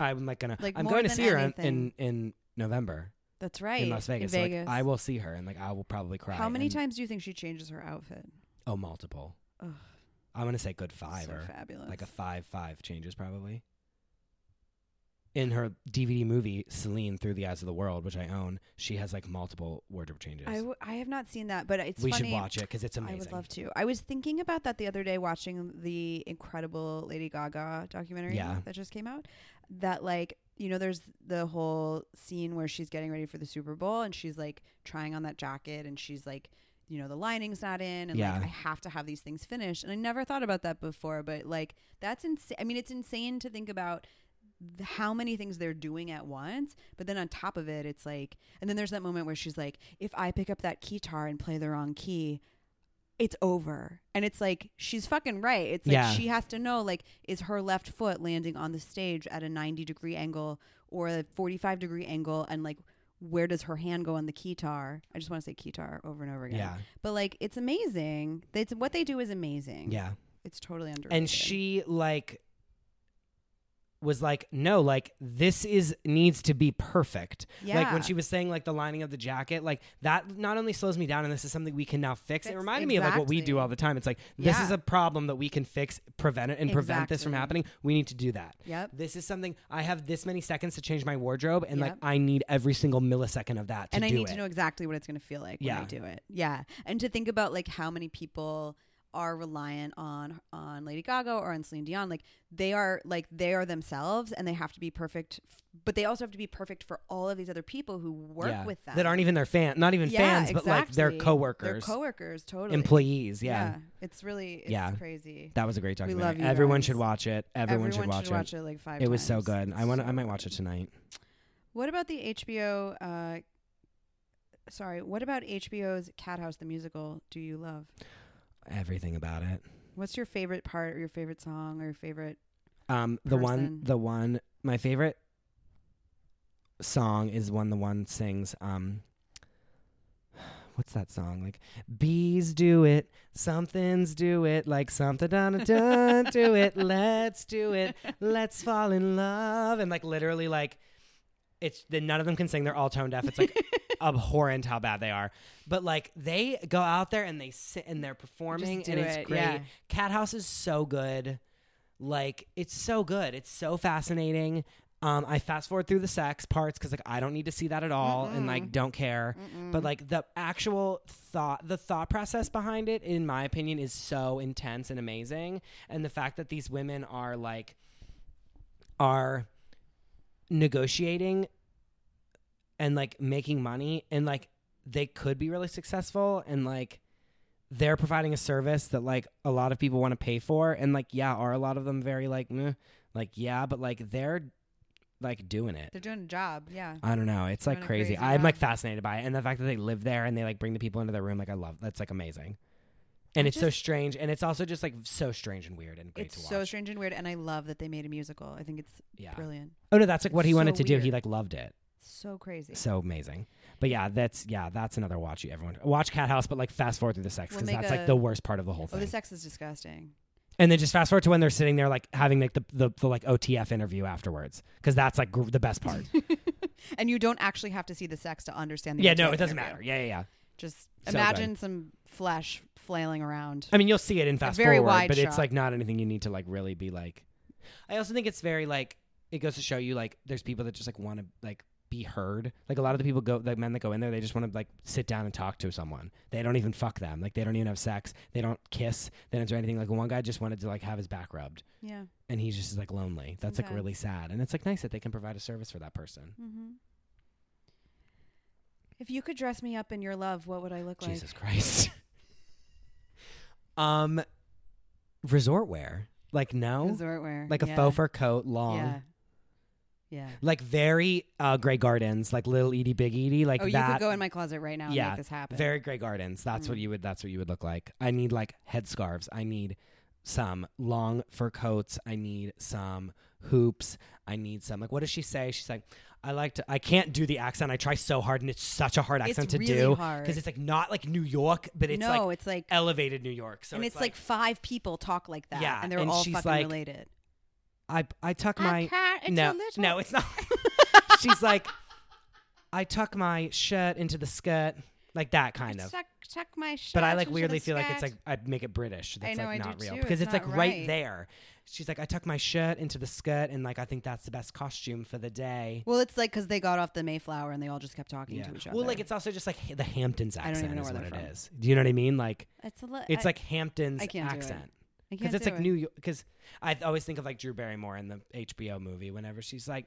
I'm like gonna
Like,
I'm
more
going to
than
see her in, in
anything.
in November
That's right.
in Las Vegas. So, like, I will see her and like I will probably cry.
How many
and-
times do you think she changes her outfit?
Oh multiple.
Ugh,
I'm gonna say good five
so
or
fabulous.
like a five five changes probably. In her DVD movie, Celine Through the Eyes of the World, which I own, she has like multiple wardrobe changes.
I, w- I have not seen that, but it's
we
funny.
should watch it because it's amazing.
I would love to. I was thinking about that the other day watching the incredible Lady Gaga documentary
Yeah.
that just came out. That like, you know, there's the whole scene where she's getting ready for the Super Bowl and she's like trying on that jacket and she's like, you know, the lining's not in and
Yeah.
like I have to have these things finished. And I never thought about that before, but like that's insane. I mean, it's insane to think about th- how many things they're doing at once. But then on top of it, it's like, and then there's that moment where she's like, if I pick up that guitar and play the wrong key, it's over. And it's like, she's fucking right. It's like,
Yeah.
she has to know, like, is her left foot landing on the stage at a 90 degree angle or a 45 degree angle? And like, where does her hand go on the guitar? I just want to say guitar over and over again.
Yeah.
But like, it's amazing. It's what they do is amazing.
Yeah.
It's totally underrated.
and she like was like no like this is needs to be perfect like when
Yeah.
she was saying like the lining of the jacket like that not only slows me down and this is something we can now fix it
Fix-
reminded me of like what we do
exactly.
all the time it's like this is
Yeah.
a problem that we can fix prevent it and prevent this from
Exactly.
happening we need to do that
Yep.
this is something i have this many seconds to change my wardrobe and like
Yep.
i need every single millisecond of that to
and I
do
need
it
to know exactly what it's going to feel like when I
Yeah.
do it. Yeah, and to think about like how many people are reliant on on Lady Gaga or on Celine Dion. Like they are like they are themselves and they have to be perfect, f- but they also have to be perfect for all of these other people who work
Yeah.
with them
that aren't even their fan, not even fans, but like their
exactly. Their
coworkers,
coworkers, totally.
employees. Yeah.
It's really it's
Yeah.
crazy.
that was a great
We
documentary.
love you
Everyone
guys.
should watch it. Everyone, should watch it.
like five
It was so
times.
good. I
It's
want.
so
I might
good.
watch it tonight.
What about the HBO uh sorry, what about HBO's Cat House the musical do you love?
Everything about it.
What's your favorite part or your favorite song or your favorite
Um, the one,
Person.
the one, my favorite song is when the one sings, um, what's that song? Like, bees do it, something's do it, like something done, done, do it, let's do it, let's fall in love. And like, literally, like, it's then none of them can sing. They're all tone deaf. It's like abhorrent how bad they are. But like, they go out there and they sit and they're performing,
do
and it's
it,
great.
yeah.
Cat House is so good. Like it's so good. It's so fascinating. Um, I fast forward through the sex parts because like I don't need to see that at all and like don't care. But like the actual thought, the thought process behind it, in my opinion, is so intense and amazing. And the fact that these women are like are negotiating and like making money and like they could be really successful and like they're providing a service that like a lot of people want to pay for and like yeah are a lot of them very like meh, like yeah but like they're like doing it
They're doing a job, yeah.
i don't know it's like
doing a
crazy,
crazy
i'm
job.
like fascinated by it and the fact that they live there and they like bring the people into their room like i love that's like amazing and
I
it's so
just-
strange and it's also just like so strange and weird and great
It's
to watch
so strange and weird and I love that they made a musical. I think it's
yeah
brilliant.
oh no that's like what
It's
he wanted
so
to do he
weird.
like loved it
So crazy.
so amazing but yeah that's yeah that's another watch you everyone watch cat house but like fast forward through the sex
We'll
because
make
that's
a-
like the worst part of the whole
oh,
thing
the sex is disgusting.
And then just fast forward to when they're sitting there, like having like the the, the like OTF interview afterwards, because that's like gr- the best part.
and you don't actually have to see the sex to understand the
yeah, no,
entire
it doesn't
interview.
matter. Yeah, yeah, yeah.
Just
So good.
imagine some flesh flailing around.
I mean, you'll see it in fast
very
forward,
wide
but it's
shot.
like not anything you need to like really be like. I also think it's very like it goes to show you like there's people that just like want to like be heard. Like a lot of the people go, the men that go in there, they just want to like sit down and talk to someone. They don't even fuck them. Like they don't even have sex. They don't kiss. They don't do anything. Like one guy just wanted to like have his back rubbed,
Yeah.
and he's just like lonely. That's like
Okay.
really sad, and it's like nice that they can provide a service for that person.
Mm-hmm. If you could dress me up in your love, what would I look like?
Jesus Christ. um, resort wear, like no,
Resort wear.
like a
yeah.
faux fur coat, long,
Yeah. Yeah.
like very uh, Grey Gardens, like little Edie, big Edie, like
oh, you
that.
could go Mm. in my closet right now and
yeah,
make this happen.
very Grey Gardens. That's what you would. That's what you would look like. I need like headscarves. I need some long fur coats. I need some hoops. I need some like what does she say? She's like, I like to. I can't do the accent. I try so hard, and it's such a hard
It's
accent to
really
do
hard.
because it's like not like New York, but it's
no,
like
it's like,
elevated New York. So
and it's, like, five people talk like that,
Yeah,
and they're
and
all
she's
fucking
like-
related.
I I tuck my no no it's not. She's like I tuck my shirt into the skirt like that kind of.
Tuck, tuck my shirt.
But I like weirdly feel like it's like I make it British. That's
know,
like
I do
not real
too.
because
It's
it's, like
not
right.
right.
there. She's like I tuck my shirt into the skirt and like I think that's the best costume for the day.
Well, it's like because they got off the Mayflower and they all just kept talking
Yeah.
to each other.
Well, like it's also just like h- the Hamptons
I don't
accent
even know
is
where
what
they're
it
from.
is. Do you know what I mean? Like
it's a li-
it's
I-
like Hamptons
I can't do it.
accent.
I can't
because it's
do
like
it.
New York. Because I always think of like Drew Barrymore in the HBO movie. Whenever she's like,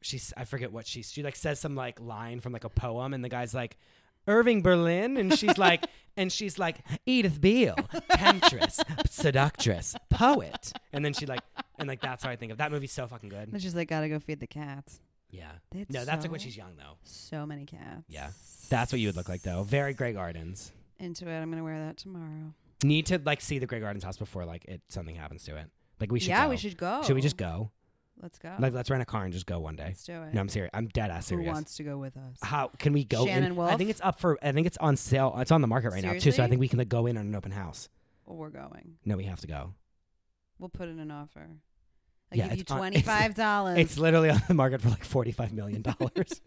she's I forget what she's she like says some like line from like a poem, and the guy's like, Irving Berlin, and she's like, and she's like Edith Beale, temptress, seductress, poet, and then she like, and like that's how I think of that movie's so fucking
And then
good.
she's like, gotta go feed the cats.
Yeah,
It's
no, that's like when
so-
she's young though.
So many cats.
Yeah, that's what you would look like though. Very Grey Gardens.
Into it. I'm gonna wear that tomorrow.
Need to like see the Grey Gardens house before like it something happens to it. Like we should.
yeah,
go.
we should go. Oh.
Should we just go?
Let's go.
Like, let's rent a car and just go one day.
Let's do it.
No, I'm serious. I'm dead ass
Who
serious.
wants to go with us?
How can we go?
Shannon
in? I
Wolf?
think it's up for. I think it's on sale. It's on the market right now too. So
Seriously?
I think we can like, go in on an open house.
Well, we're going.
No, we have to go.
We'll put in an offer. I
Yeah,
give you
it's on-
twenty five
It's
dollars.
literally on the market for like forty five million dollars,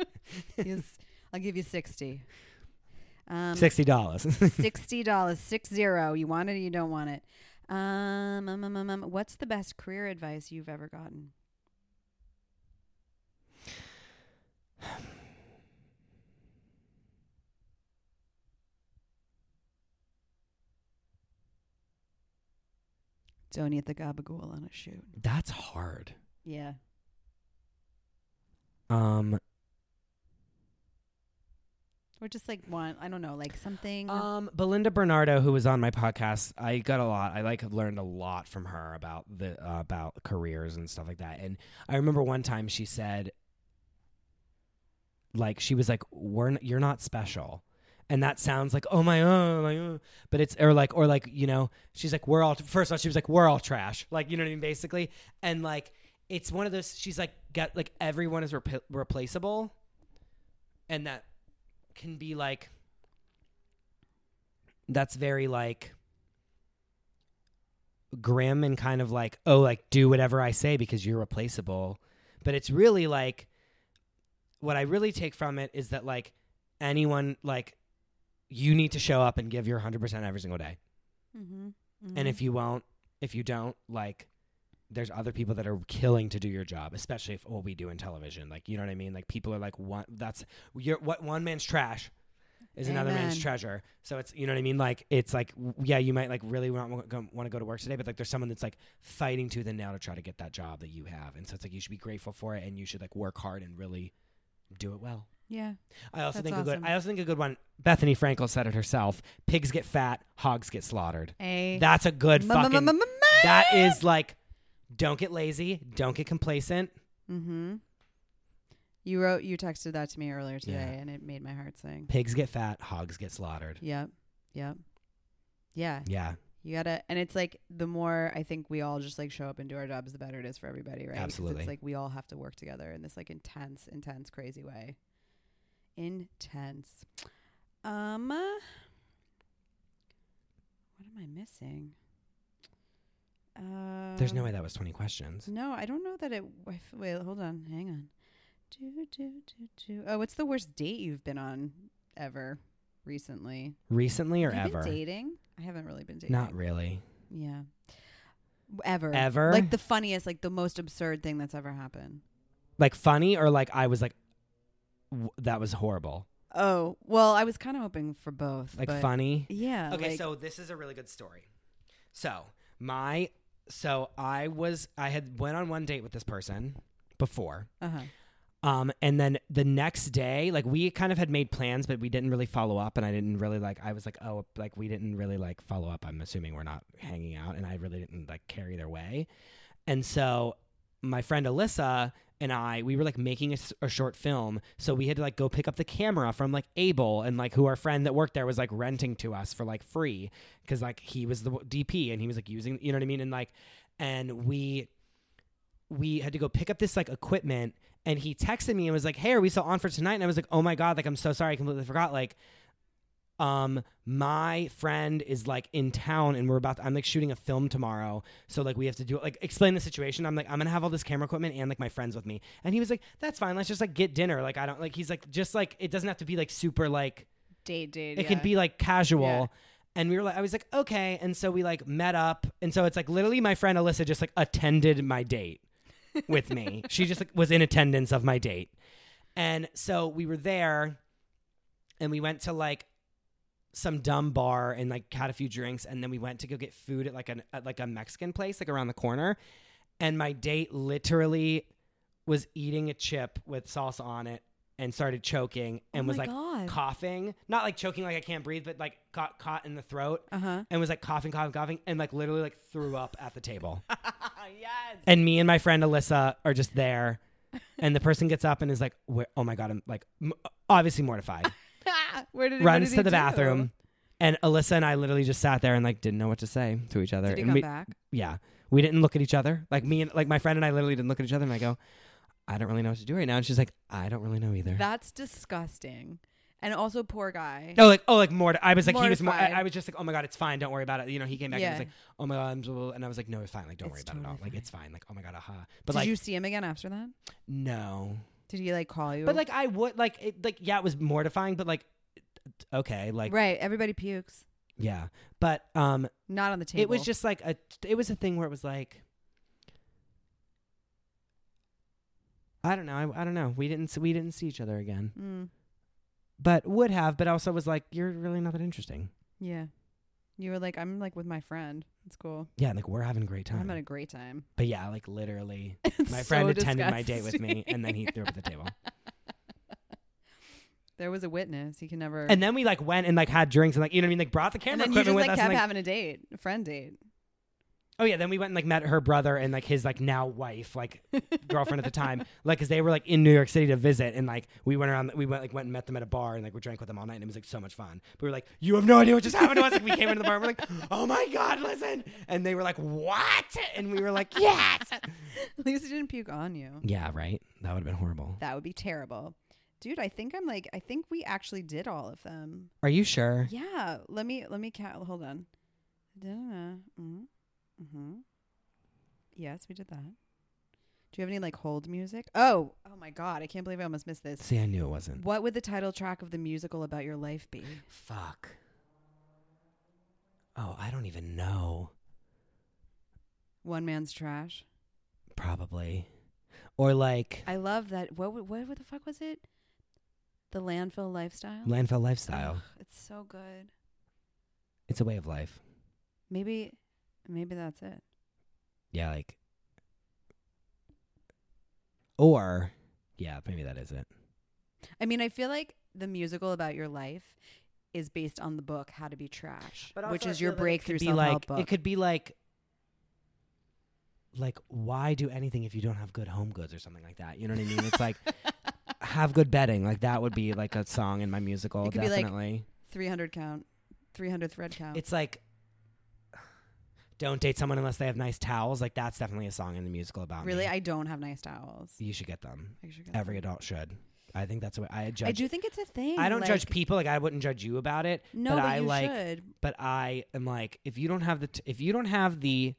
I'll give you sixty. Um,
sixty dollars.
sixty dollars, six zero. You want it or you don't want it. Um, um, um, um, um, what's the best career advice you've ever gotten? Don't eat the gabagool on a shoot.
That's hard.
Yeah.
Um,
Or just like one, I don't know, like something.
um, Belinda Bernardo, who was on my podcast, I got a lot. I like have learned a lot from her about the uh, about careers and stuff like that. And I remember one time she said, like she was like, "We're n- you're not special," and that sounds like oh my oh my, oh," but it's or like or like you know she's like we're all first off she was like we're all trash like you know what I mean basically and like it's one of those she's like got like everyone is rep- replaceable, and that can be like that's very like grim and kind of like oh like do whatever i say because you're replaceable but it's really like what i really take from it is that like anyone like you need to show up and give your 100% every single day
hmm
and if you won't if you don't like there's other people that are killing to do your job especially if what we do in television like you know what i mean like people are like one that's you're, what one man's trash is another man's
Amen.
treasure so it's you know what i mean like it's like w- yeah you might like really want want to go to work today but like there's someone that's like fighting tooth and nail to try to get that job that you have and so it's like you should be grateful for it and you should like work hard and really do it well
yeah.
I also
That's
think a
awesome.
good. I also think a good one. Bethany Frankel said it herself. Pigs get fat, hogs get slaughtered.
A
That's a good
ma- ma- ma-
fucking.
ma- ma- ma-
That is like, don't get lazy, don't get complacent.
Mm-hmm. You wrote, you texted that to me earlier today,
Yeah.
and it made my heart sing.
Pigs get fat, hogs get slaughtered.
Yep, yep, yeah.
Yeah,
You gotta, and it's like the more I think we all just like show up and do our jobs, the better it is for everybody, right? 'Cause
Absolutely.
It's like we all have to work together in this like intense, intense, crazy way. Intense. Um, what am I missing? Uh,
there's no way that was 20 questions.
No, I don't know that it. I f- Wait, hold on, hang on. Do do do do. Oh, what's the worst date you've been on ever recently?
Recently or
Have you
ever?
Been dating? I haven't really been dating.
Not really.
Yeah. W- Ever.
Ever?
Like the funniest, like the most absurd thing that's ever happened.
Like funny or like I was like, w- that was horrible.
Oh well, I was kind of hoping for both.
Like
but
funny.
Yeah.
Okay,
like-
so this is a really good story. So my, so I was I had went on one date with this person before.
Uh-huh.
Um, and then the next day, like we kind of had made plans, but we didn't really follow up. And I didn't really like, I was like, oh, like we didn't really like follow up. I'm assuming we're not hanging out. And I really didn't like carry their way. And so my friend Alyssa and I, we were like making a, s- a short film. So we had to like go pick up the camera from like Abel and like who our friend that worked there was like renting to us for like free. Cause like he was the w- DP and he was like using, you know what I mean? And like, and we we had to go pick up this like equipment and he texted me and was like hey are we still on for tonight and i was like oh my god like i'm so sorry i completely forgot like um my friend is like in town and we're about to, i'm like shooting a film tomorrow so like we have to do like explain the situation i'm like i'm gonna have all this camera equipment and like my friends with me and he was like that's fine let's just like get dinner like i don't like he's like just like it doesn't have to be like super like
Date date.
it can be like casual. And we were like, I was like, okay. And so we like met up. And so it's like literally my friend Alyssa just like attended my date with me. she just like was in attendance of my date. And so we were there and we went to like some dumb bar and like had a few drinks and then we went to go get food at like an at like a Mexican place like around the corner and my date literally was eating a chip with salsa on it and started choking and
Oh
was
my
like
God.
coughing not like choking like I can't breathe but like got caught in the throat
Uh huh.
and was like coughing coughing coughing and like literally like threw up at the table
yes.
and me and my friend Alyssa are just there, and the person gets up and is like, "Where- "Oh my god!" I'm like, m- obviously mortified,
Where did he, what
runs
did
to
he
the
do?
bathroom, and Alyssa and I literally just sat there and like didn't know what to say to each other.
Did he
and
come
we,
back?
yeah, we didn't look at each other. Like me and like my friend and I literally didn't look at each other, and I go, "I don't really know what to do right now," and she's like, "I don't really know either."
That's disgusting. And also, poor guy.
No, like oh, like mort. I was like he was. Mor- I,
Mortified.
I was just like, oh my god, it's fine. Don't worry about it. You know, he came back and
Yeah.
was like, oh my god, I'm so-" and I was like, no, it's fine. Like don't worry
It's
about it at all.
totally
Like
fine.
it's fine. Like oh my god, aha. But
did
like
you see him again after that?
no,
Did he like call you?
But like I would like it, like yeah, it was mortifying, but like okay, like
right. Everybody pukes.
yeah. But um
Not on the table.
it was just like a it was a thing where it was like I don't know. I, I don't know. We didn't s- we didn't see each other again.
Mm,
But would have, but also was like you're really not that interesting.
yeah. You were like, I'm like with my friend. It's cool.
Yeah, like we're having a great time.
I'm having a great time.
but yeah, like literally,
It's
my friend
so
attended my date with me,
disgusting.
and then he threw up at the table.
There was a witness. He can never.
And then we like went and like had drinks and like you know what I mean, like brought the camera
And then you
equipment with
just like
us.
kept
and, like-
having a date, a friend date.
oh yeah, then we went and like met her brother and like his like now wife, like girlfriend at the time, like because they were like in New York City to visit, and like we went around, we went like went and met them at a bar, and like we drank with them all night, and it was like so much fun. But we were like, you have no idea what just happened to us. Like we came into the bar, and we're like, oh my god, listen, and they were like, what? And we were like, yes.
At least he didn't puke on you.
yeah, right. That would have been horrible.
That would be terrible. Dude, I think I'm like I think we actually did all of them.
Are you sure?
Yeah, let me let me count. Hold on. Mm-hmm. Yes, we did that. Do you have any like hold music? Oh, oh my god, I can't believe I almost missed this.
See, I knew it wasn't.
What would the title track of the musical about your life be?
Fuck. Oh, I don't even know.
One man's trash.
Probably. Or like
I love that. What would- what what the fuck was it? The landfill lifestyle.
landfill lifestyle.
Ugh, it's so good.
It's a way of life.
Maybe maybe that's it.
Yeah, like. Or, yeah, maybe that is it.
I mean, I feel like the musical about your life is based on the book How to Be Trash, which is your breakthrough
Be
self help
like
book.
it could be like, like why do anything if you don't have good home goods or something like that? You know what I mean? It's like have good bedding. Like that would be like a song in my musical.
It could be like-
definitely.
300 count, 300 thread count.
It's like don't date someone unless they have nice towels. Like that's definitely a song in the musical about
really,
me.
I don't have nice towels.
you should get them.
I, should get
Every
them.
adult should. I think that's what I judge.
I do think it's a thing.
I don't judge
like-
people. Like I wouldn't judge you about it.
No,
but
but,
I
you
like-
should.
But I am like, if you don't have the t- if you don't have the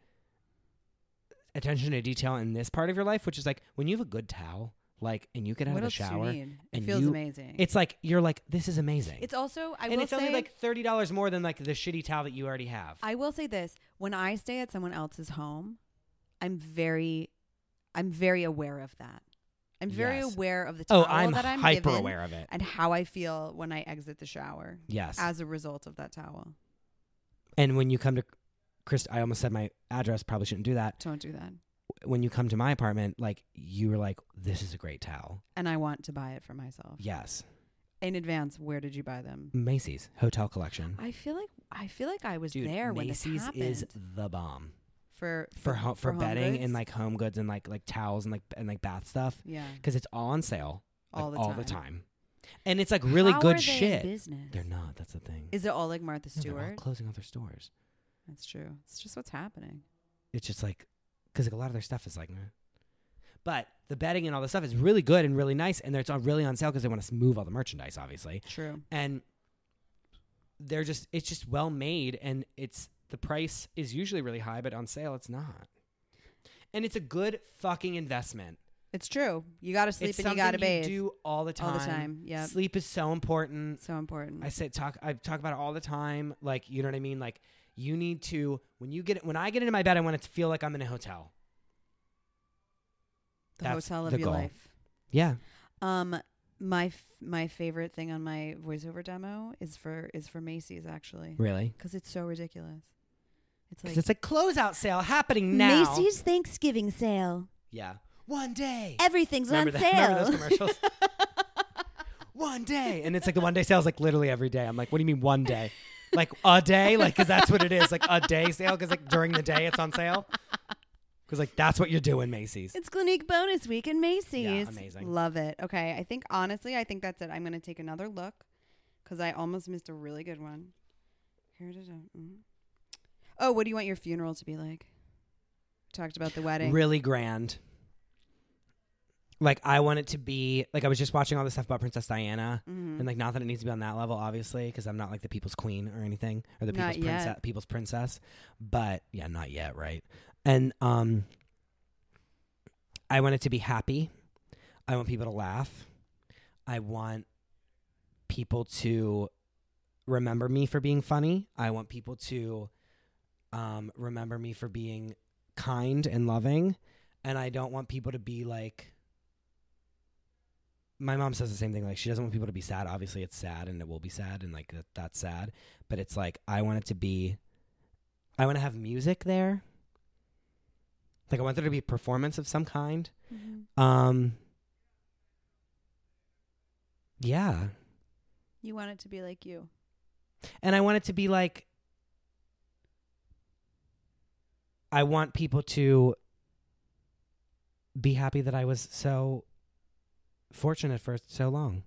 attention to detail in this part of your life, which is like when you have a good towel, like and you get out
What
of the
else do
shower,
you need? It
and
feels
you-
amazing.
it's like you're like this is amazing.
it's also I
and
will
it's
say
only like thirty dollars more than like the shitty towel that you already have.
I will say this: when I stay at someone else's home, I'm very, I'm very aware of that. I'm very
Yes.
aware of the towel
oh, I'm
that I'm
hyper
given
aware of it.
and how I feel when I exit the shower
Yes.
as a result of that towel.
and when you come to Chris, I almost said my address. Probably shouldn't do that.
Don't do that.
When you come to my apartment, like you were like, this is a great towel.
And I want to buy it for myself.
Yes.
In advance, where did you buy them?
Macy's hotel collection.
I feel like I feel like I was
Dude,
there when this
Macy's
happened.
is the bomb
for
for ho- for,
home
bedding
goods?
and like home goods and like like towels and like and like bath stuff
yeah
because it's all on sale like,
all the
all
time.
the time, and it's like really
How
good
are they in
shit.
business?
They're not. That's the thing.
Is it all like Martha
No, they're all
Stewart?
closing all their stores.
That's true. It's just what's happening.
it's just like because like a lot of their stuff is like meh. but the bedding and all the stuff is really good and really nice and it's all really on sale because they want to move all the merchandise obviously
True.
and they're just it's just well made and it's the price is usually really high but on sale it's not and it's a good fucking investment
It's true. You got to sleep
it's
and you
something
got to bathe.
do all the time
All the time. Yep. Mm.
sleep is so important
So important.
I say talk. I talk about it all the time. Like you know what I mean. Like you need to when you get when I get into my bed, I want it to feel like I'm in a hotel.
the
that's
hotel of
the
your
goal.
life.
Yeah,
Um, my f- my favorite thing on my voiceover demo is for is for Macy's actually
really.
because it's so ridiculous. It's
Because it's
like
a closeout sale happening now.
Macy's Thanksgiving sale.
Yeah, one day.
Everything's
remember
on
that- remember
sale.
those commercials? one day, and it's like the one day sale is like literally every day. I'm like, what do you mean one day? Like a day? Like because that's what it is. Like a day sale because like during the day it's on sale. Because like that's what you're doing, Macy's.
It's Clinique bonus week in Macy's.
amazing.
Love it. Okay, I think honestly, I think that's it. I'm gonna take another look because I almost missed a really good one. Here it is. Mm. Oh, what do you want your funeral to be like? Talked about the wedding.
really grand. Like I want it to be like I was just watching all this stuff about Princess Diana,
Mhm.
and like not that it needs to be on that level, obviously, because I'm not like the people's queen or anything, or the
Not
people's princess,
yet.
people's princess. But yeah, not yet, right? And um, I want it to be happy. I want people to laugh. I want people to remember me for being funny. I want people to um, remember me for being kind and loving. And I don't want people to be like. My mom says the same thing. Like, she doesn't want people to be sad. Obviously, it's sad and it will be sad. And like, that, that's sad. But it's like, I want it to be I want to have music there. Like I want there to be a performance of some kind.
Mm-hmm.
Um Yeah.
You want it to be like you.
And I want it to be like I want people to be happy that I was so fortunate for so long.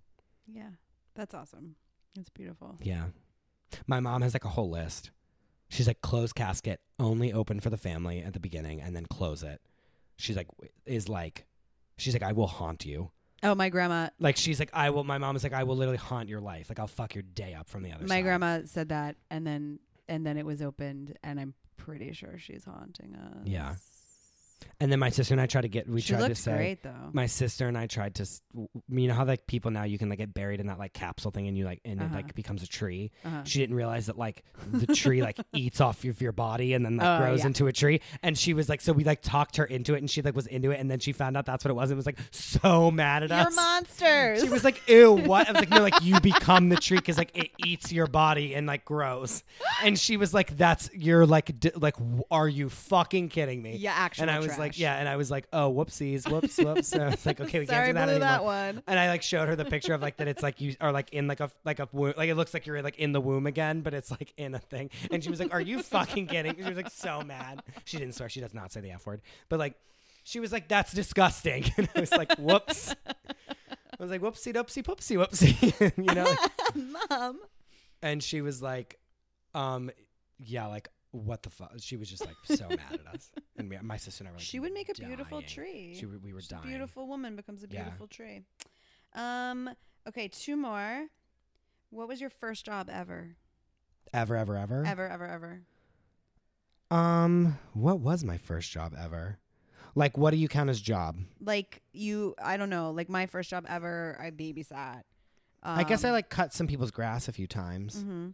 Yeah. That's awesome. That's beautiful.
Yeah. My mom has like a whole list. She's like, close casket, only open for the family at the beginning, and then close it. She's like, w- is like, she's like, I will haunt you.
Oh, my grandma.
Like, she's like, I will, my mom is like, I will literally haunt your life. Like, I'll fuck your day up from the other
My
side.
grandma said that, and then and then it was opened, and I'm pretty sure she's haunting us.
Yeah. And then my sister and I tried to get, we
she
tried to
looks
say,
great though.
my sister and I tried to, s- w- w- you know how like people now you can like get buried in that like capsule thing and you like, and
Uh-huh.
it like becomes a tree.
Uh-huh.
She didn't realize that like the tree like eats off of your body and then like
Oh,
grows
yeah.
into a tree. And she was like, so we like talked her into it and she like was into it. And then she found out that's what it was and was like so mad at
You're
us.
monsters.
She was like, ew, what? I was like, no, like you become the tree because like it eats your body and like grows. And she was like, that's, you're like, d- like, w- are you fucking kidding me?
yeah, actually.
and I was like, yeah, and I was like, oh, whoopsies, whoops, whoops. And I was like, okay, we
Sorry,
can't do that
blew
anymore.
that one.
And I like showed her the picture of like that it's like you are like in like a like a womb, like it looks like you're like in the womb again, but it's like in a thing. And she was like, "Are you fucking kidding?" She was like so mad. She didn't swear. She does not say the f word, but like she was like, "That's disgusting." And I was like, "Whoops." I was like, "Whoopsie, doopsie, poopsie, whoopsie," you know. like-
mom.
and she was like, um, yeah, like what the fuck? She was just like so mad at us, and we, my sister and I were like,
She would make a beautiful
dying.
tree.
She, w- we were
Just a
dying.
beautiful woman becomes a
Yeah.
beautiful tree. Um. Okay, two more. What was your first job ever?
Ever, ever, ever,
Ever, ever, ever.
Um, what was my first job ever? Like, what do you count as job?
Like you, I don't know. Like my first job ever, I babysat. Um,
I guess I like cut some people's grass a few times.
mhm.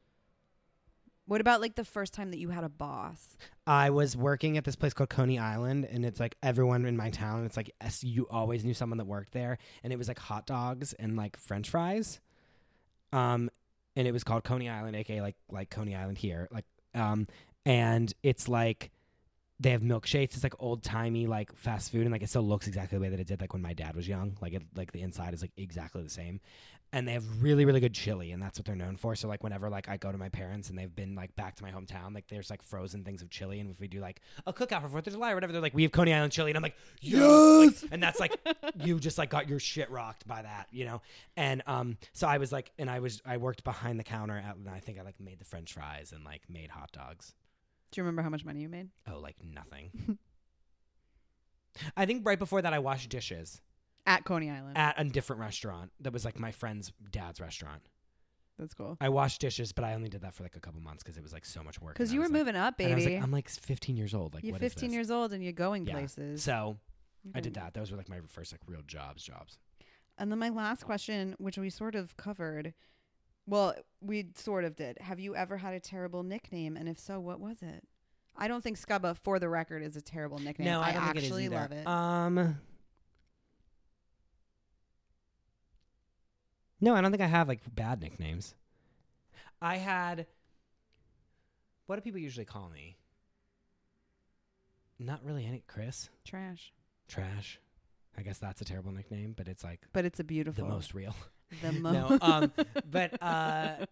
What about like the first time that you had a boss?
I was working at this place called Coney Island, and it's like everyone in my town. It's like es- you always knew someone that worked there, and it was like hot dogs and like French fries. Um, and it was called Coney Island, aka like like Coney Island here, like um, and it's like they have milkshakes. It's like old timey like fast food, and like it still looks exactly the way that it did like when my dad was young. Like it like the inside is like exactly the same. and they have really really good chili and that's what they're known for so like whenever like i go to my parents and they've been like back to my hometown like there's like frozen things of chili and if we do like a cookout for fourth of july or whatever they're like we have coney island chili and i'm like yes, Like, and that's like you just like got your shit rocked by that you know and um so i was like and i was i worked behind the counter at, and i think i like made the french fries and like made hot dogs
Do you remember how much money you made?
oh like nothing i think right before that i washed dishes
At Coney Island.
at a different restaurant that was like my friend's dad's restaurant
That's cool.
I washed dishes, but I only did that for like a couple months because it was like so much work.
Because
and
you
I
were
was like-
moving up,
and I was
baby.
like, I'm like 15 years old. Like,
You're
what is
15
this?
years old Mm. and you're going places.
So I
Okay.
did that. Those were like my first like real jobs. Jobs.
And then my last question, which we sort of covered, well, we sort of did. Have you ever had a terrible nickname? And if so, what was it? I don't think Scubba, for the record, is a terrible nickname.
No, I, don't think it is
actually
either.
love it.
Um. No, I don't think I have like bad nicknames. I had. What do people usually call me? Not really any Chris
Trash.
Trash. I guess that's a terrible nickname, but it's like
But it's a beautiful.
the most real.
The
No, um, but uh,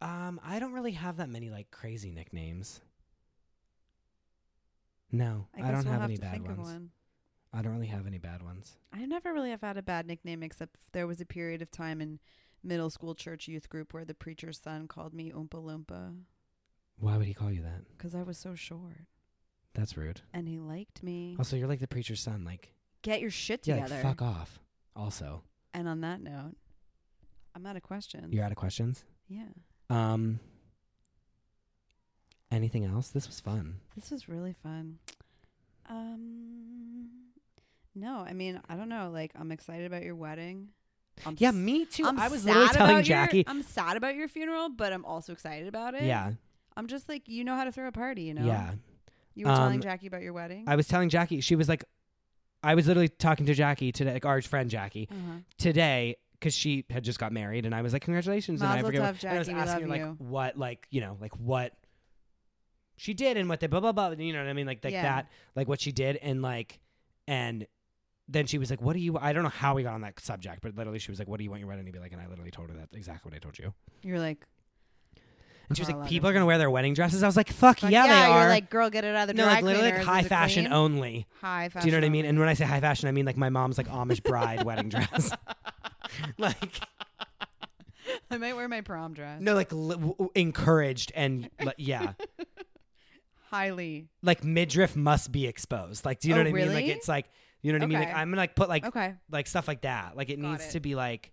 um, I don't really have that many like crazy nicknames. No,
I,
I,
guess
don't
we'll
have
have
any
to
bad
think
ones.
Of one.
I don't really have any bad ones.
I never really have had a bad nickname, except there was a period of time in middle school church youth group where the preacher's son called me Oompa Loompa
Why would he call you that?
'cause I was so short,
That's rude.
and he liked me.
Also, you're like the preacher's son. Like,
Get your shit
yeah,
Mm. together.
like, fuck off. Also,
And on that note, I'm out of questions.
you're out of questions.
yeah.
Um, anything else? This was fun.
This was really fun. Um no, I mean, I don't know. Like, I'm excited about your wedding. I'm
Yeah,
s-
me too.
I'm
I was
sad
literally telling
about your-
Jackie.
I'm sad about your funeral, but I'm also excited about it.
yeah,
I'm just like, you know how to throw a party, you know?
yeah.
You were telling
Um,
Jackie about your wedding?
I was telling Jackie, she was like, I was literally talking to Jackie today, like our friend Jackie
uh-huh.
today, 'cause because she had just got married, and I was like, "Congratulations!" and I
Mazel
forget what-
tov,
and I was
Jackie, we
asking her
love
like,
you.
"What, like, you know, like what she did and what the blah blah blah." You know what I mean? Like, like
Yeah.
that, like what she did, and like, and then she was like, "What do you?" I don't know how we got on that subject, but literally, she was like, "What do you want your wedding to be like?" And I literally told her that exactly what I told you.
You're like,
And she was
Carl
like, "People are gonna wear their wedding dresses." I was like, "Fuck, yeah, they
you're
are."
like, girl, get it out of the
no,
dry
like literally like
cleaners
high
as a
fashion
queen.
only.
High fashion.
Do you know what I mean?
only.
And when I say high fashion, I mean like my mom's like Amish bride wedding dress. like
I might wear my prom dress.
no, like l- w- w- encouraged and like, yeah,
Highly.
like midriff must be exposed. Like, do you know
Oh,
what I mean? Like
really?
it's like you know what I mean? Like
Okay.
I'm gonna like put like
Okay.
like stuff like that. Like it
Got
needs
it.
to be like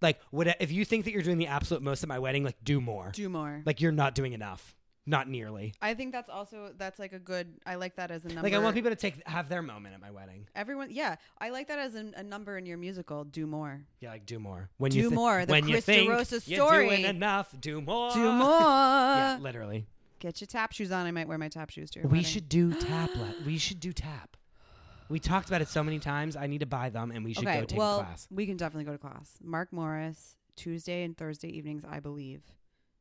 like what if you think that you're doing the absolute most at my wedding? Like do more.
Do more.
like you're not doing enough. Not nearly.
I think that's also that's like a good. I like that as a number.
Like I want people to take have their moment at my wedding.
Everyone, yeah, I like that as an, a number in your musical. Do more.
Yeah, like do more. When
Do
thi-
more, the
when you
Chris
think
DeRosa
You're doing
story.
enough. Do more.
Do more.
Yeah, literally.
Get your tap shoes on. I might wear my tap shoes too.
We should do tap. le- we should do tap. We talked about it so many times. I need to buy them, and we should
okay.
go take
well,
a class.
we can definitely go to class. Mark Morris Tuesday and Thursday evenings, I believe.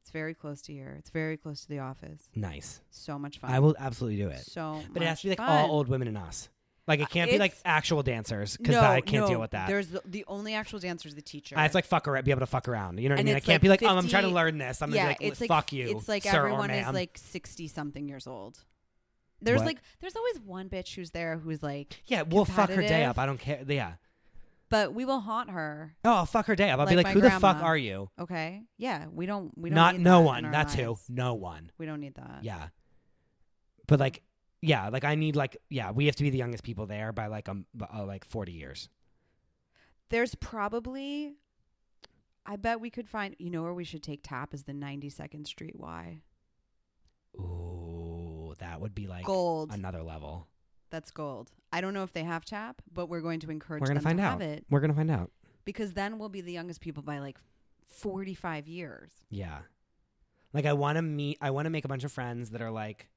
It's very close to here. It's very close to the office.
Nice.
So much fun.
I will absolutely do it.
So,
but it has to be like
much
all
fun.
old women and us. Like
Uh,
it can't be like
it's-
actual dancers because
No,
I can't deal
no,
with that.
There's the, the only actual dancer is the teacher.
I have to like fuck around, be able to fuck around. You know what
And
I mean? I
it's,
can't
like,
be like, oh, I'm trying to
50
learn this. I'm gonna be like,
it's
"L-
like
fuck you.
It's like
sir or
everyone is
ma'am."
like sixty something years old. There's
What?
like there's always one bitch who's there who's like,
yeah, we'll fuck her day
competitive.
up. I don't care. Yeah.
but we will haunt her.
Oh, I'll fuck her day up. I'll be
Like
like, who
my
the fuck
grandma.
are you?
Okay, yeah, we don't we don't
Not
need
no
that in
one.
our
That's who.
lives.
No one.
we don't need that.
Yeah. But like, yeah, like I need like, yeah, we have to be the youngest people there by like um b- uh, like forty years.
There's probably, I bet we could find you know where we should take tap is the 92nd Street Y
Ooh, that would be like
gold.
another level.
That's gold. I don't know if they have tap, but we're going to encourage
We're gonna
them
find
to
out.
have it
We're gonna find out.
because then we'll be the youngest people by like 45 years.
Yeah. Like I want to meet. I want to make a bunch of friends that are like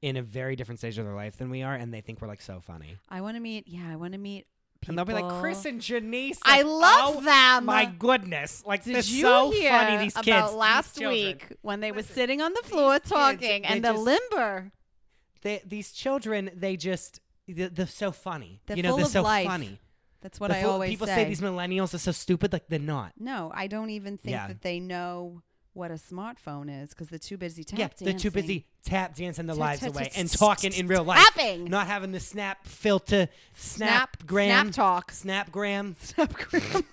in a very different stage of their life than we are, and they think we're like so funny.
I want to meet. Yeah, I want to meet. People.
And they'll be like Chris and Janice.
I
like,
love
oh,
them.
My goodness, like
Did
this is
you
so
hear
funny. These
about
kids these
last
children.
week when they were
Listen,
sitting on the floor
these kids,
talking and
they
the
just-
limber?
They, these children, they just they're, they're so funny.
They're
you know,
full
they're
of
so
life.
funny.
That's what
The
I
full-
always
people say. these millennials are so stupid. Like they're not.
no, I don't even think
Yeah.
that they know what a smartphone is because they're too busy tap
yeah,
dancing.
they're too busy tap dancing their
Tap,
lives
tap,
away
tap,
and
tap,
talking in real life.
tapping.
Not having the snap filter,
Snap,
snap gram,
snap talk.
Snapgram.
Snap gram.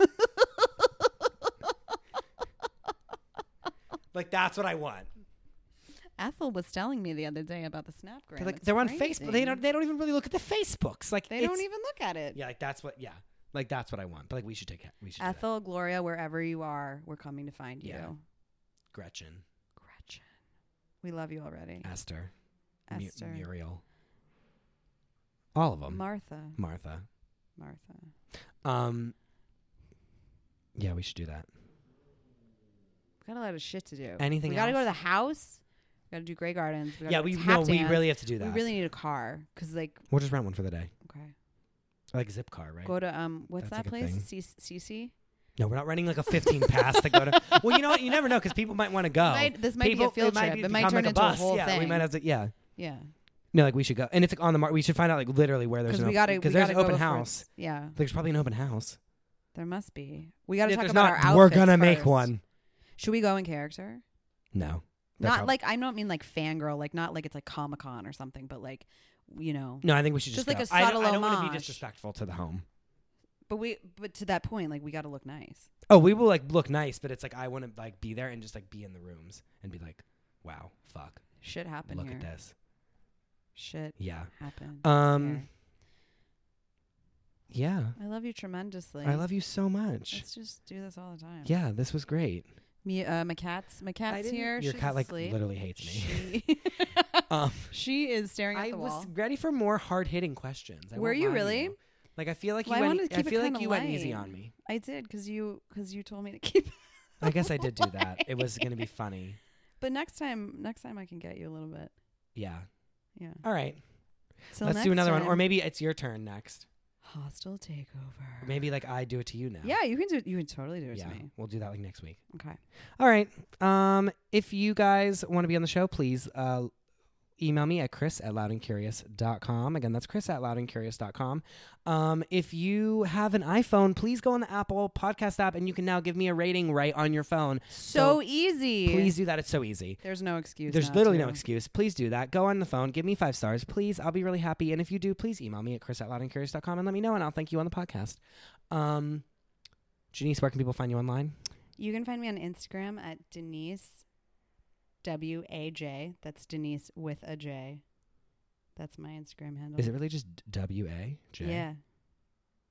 Like that's what I want.
Ethel was telling me the other day about the Snapgram.
They're like
It's
they're on
crazy.
Facebook. They don't. They don't even really look at the Facebooks. Like
They
it's-
don't even look at it.
Yeah, like that's what. Yeah, like that's what I want. But like we should take. We should. do that.
Ethel, Gloria, wherever you are, we're coming to find you.
Yeah. Gretchen,
Gretchen, we love you already.
Esther, Mu-
Esther,
Muriel, all of them.
Martha,
Martha.
Martha.
Um. Yeah, we should do that.
Got a lot of shit to do.
Anything
We gotta go
else?
to the house. We gotta do Grey Gardens. We gotta
yeah,
go
we
tap
no, we
dance.
really have to do that.
We really need a car because like
We'll just rent one for the day,
okay,
like zip car, right?
go to um what's
That's
that
like a
place? C- CC.
no, we're not renting like a fifteen pass to go to. Well, you know what? You never know because people might want to go.
Might- this might
people,
be a field
it might
trip.
be-
it might
become,
turn
like a
into
bus.
a whole
yeah,
thing.
we might have to. Yeah,
yeah,
no, like we should go, and it's like on the mark. We should find out like literally where there's
because
an
we
op-
gotta we
there's
gotta
an
go
open
to
house.
Fort- Yeah,
There's probably an open house.
there must be. We gotta
if
talk
there's
about
not,
our outfits.
we're gonna make
first.
one.
Should we go in character?
No, They're
Not
prob-
like I don't mean like fangirl, like not like it's like Comic Con or something, but like you know.
No, I think we should just,
Just like
go.
a
I don't-
subtle
I don't, want to be
homage.
disrespectful to the home.
But we, but to that point, like we gotta look nice.
Oh, we will like look nice, but it's like I want to like be there and just like be in the rooms and be like, wow, fuck,
Shit happened
look
here.
at this.
Shit
Yeah.
happened.
Um. Yeah.
I love you tremendously.
I love you so much.
Let's just do this all the time.
Yeah, this was great.
Me, uh, my cat's, my
I
cat's
didn't-
here.
Your
She's
cat like
asleep.
literally hates me.
She,
um,
she is staring at
I
the
was
wall.
ready for more hard hitting questions. I
Were
won't
you
lie to
really?
Like I feel like you
Well, I
went.
wanted to keep it
feel like
kinda
you went easy
light.
on me.
I did because you because you told me to keep.
I guess I did do that. It was gonna be funny.
But next time, next time I can get you a little bit.
Yeah.
Yeah.
All right.
Till
Let's
next
do another one,
time.
or maybe it's your turn next.
Hostile takeover.
Maybe like I do it to you now.
Yeah, you can do. You can totally do it
Yeah.
to me.
We'll do that like next week.
Okay.
All right. Um, if you guys want to be on the show, please uh, email me at chris at loudandcurious.com. Again, that's chris at loudandcurious.com. Um, if you have an iPhone, please go on the Apple podcast app and you can now give me a rating right on your phone.
So, easy.
Please do that. It's so easy.
There's no excuse.
There's
not
literally
to.
no excuse. Please do that. Go on the phone. Give me five stars, please. I'll be really happy. And if you do, please email me at chris at loudandcurious.com and let me know, and I'll thank you on the podcast. Um, Janice, where can people find you online?
You can find me on Instagram at Denise W A J. That's Denise with a J. That's my Instagram handle.
Is it really just W A J?
Um, Yeah.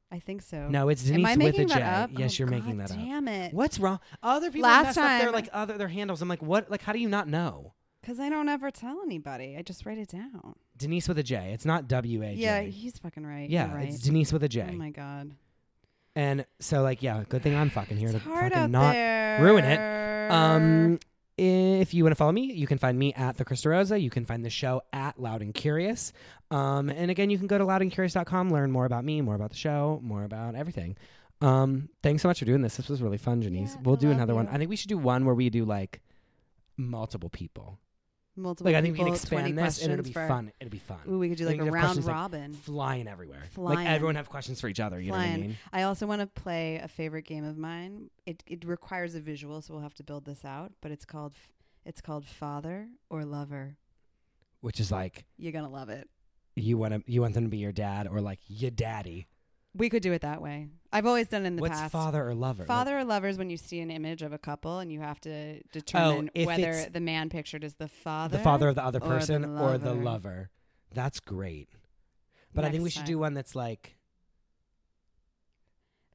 I think so.
No, it's Denise
Am I
with
making
a J.
that up?
Yes,
Oh,
you're
God
making that up.
Damn it.
What's wrong? Other people
Last
mess up their
time-
like other their handles. I'm like, what? Like, how do you not know?
Because I don't ever tell anybody. I just write it down.
Denise with a J. It's not W A J.
Yeah, he's fucking right.
Yeah,
You're right.
it's Denise with a J.
Oh my god.
and so like, yeah, good thing I'm fucking here
It's
to
hard
fucking
out
not
there.
ruin it. Um, if you want to follow me, you can find me at the Krista Rosa. You can find the show at Loud and Curious. Um, and again, you can go to loudandcurious.com, learn more about me, more about the show, more about everything. Um, thanks so much for doing this. This was really fun, Janice.
Yeah,
we'll
I
do
love
another one.
you.
I think we should do one where we do like multiple people.
multiple.
Like I think we can
people, 20
expand this and it'll
questions
be
for-
fun. It'll be fun.
Ooh, we could do
We
like
could
a
have
round
questions, like,
robin.
Flying everywhere.
Flying.
Like everyone have questions for each other, you know what
Flying.
I mean?
I also want to play a favorite game of mine. It it requires a visual, so we'll have to build this out. But it's called f- it's called Father or Lover.
Which is like
You're gonna love it.
you want to you want them to be your dad or like your daddy.
We could do it that way. I've always done it in the
What's
past.
father or lover? Like,
Father or lover is when you see an image of a couple and you have to determine
Oh, if
whether
it's-
the man pictured is the father.
the father of the other
or the
person or the
lover.
lover. That's great. But I think we
Next
should
time.
do one that's like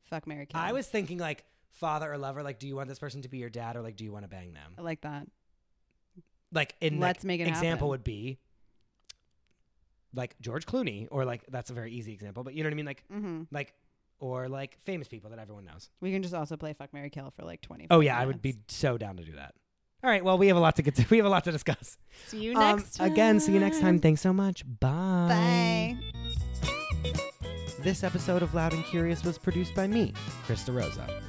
Fuck Mary Kill.
I was thinking like father or lover like do you want this person to be your dad or like do you want to bang
I
them?
like that.
Like in like,
Let's make it
example
happen.
would be like George Clooney or like that's a very easy example, but you know what I mean like
Mm-hmm.
like or like famous people that everyone knows.
We can just also play Fuck Mary Kill for like twenty.
Oh yeah, I would be so down to do that. All right, well we have a lot to get to. We have a lot to discuss.
See you
Um,
next time.
again, see you next time. Thanks so much. Bye.
Bye.
This episode of Loud and Curious was produced by me, Chris DeRosa.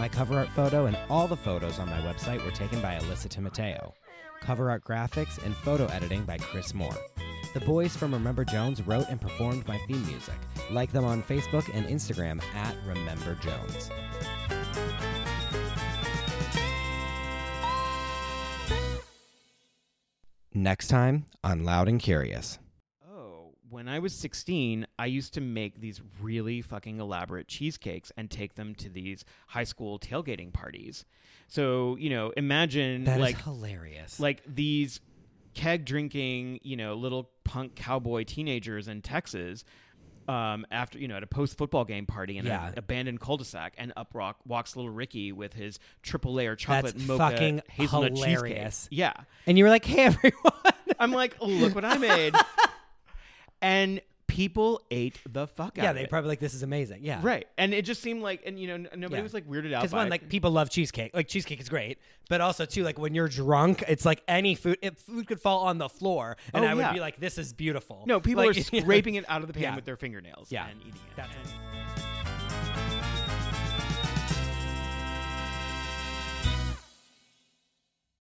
My cover art photo and all the photos on my website were taken by Alyssa Timoteo. Cover art graphics and photo editing by Chris Moore. The boys from Remember Jones wrote and performed my theme music. Like them on Facebook and Instagram at Remember Jones. Next time on Loud and Curious.
Oh, when I was 16, I used to make these really fucking elaborate cheesecakes and take them to these high school tailgating parties. So, you know, imagine
That is
like
hilarious.
like these keg drinking, you know, little punk cowboy teenagers in Texas. Um, after you know, at a post football game party in
Yeah.
an abandoned cul-de-sac, and up rock walks little Ricky with his triple layer chocolate
That's
mocha
fucking
hazelnut
hilarious.
cheesecake. Yeah,
and you were like, hey, everyone.
I'm like, oh, look what I made. and people ate the fuck out
Yeah,
of
they
it.
probably like this is amazing. Yeah,
Right. And it just seemed like, and you know, n- nobody
Yeah.
was like weirded out
Because
by
one,
it.
like people love cheesecake. Like cheesecake is great, but also too, like when you're drunk, it's like any food. If food could fall on the floor, and
Oh,
I would
yeah.
be like, "This is beautiful."
no, people
Like,
are scraping it out of the pan
Yeah.
with their fingernails
Yeah.
and eating it.
That's it.
And-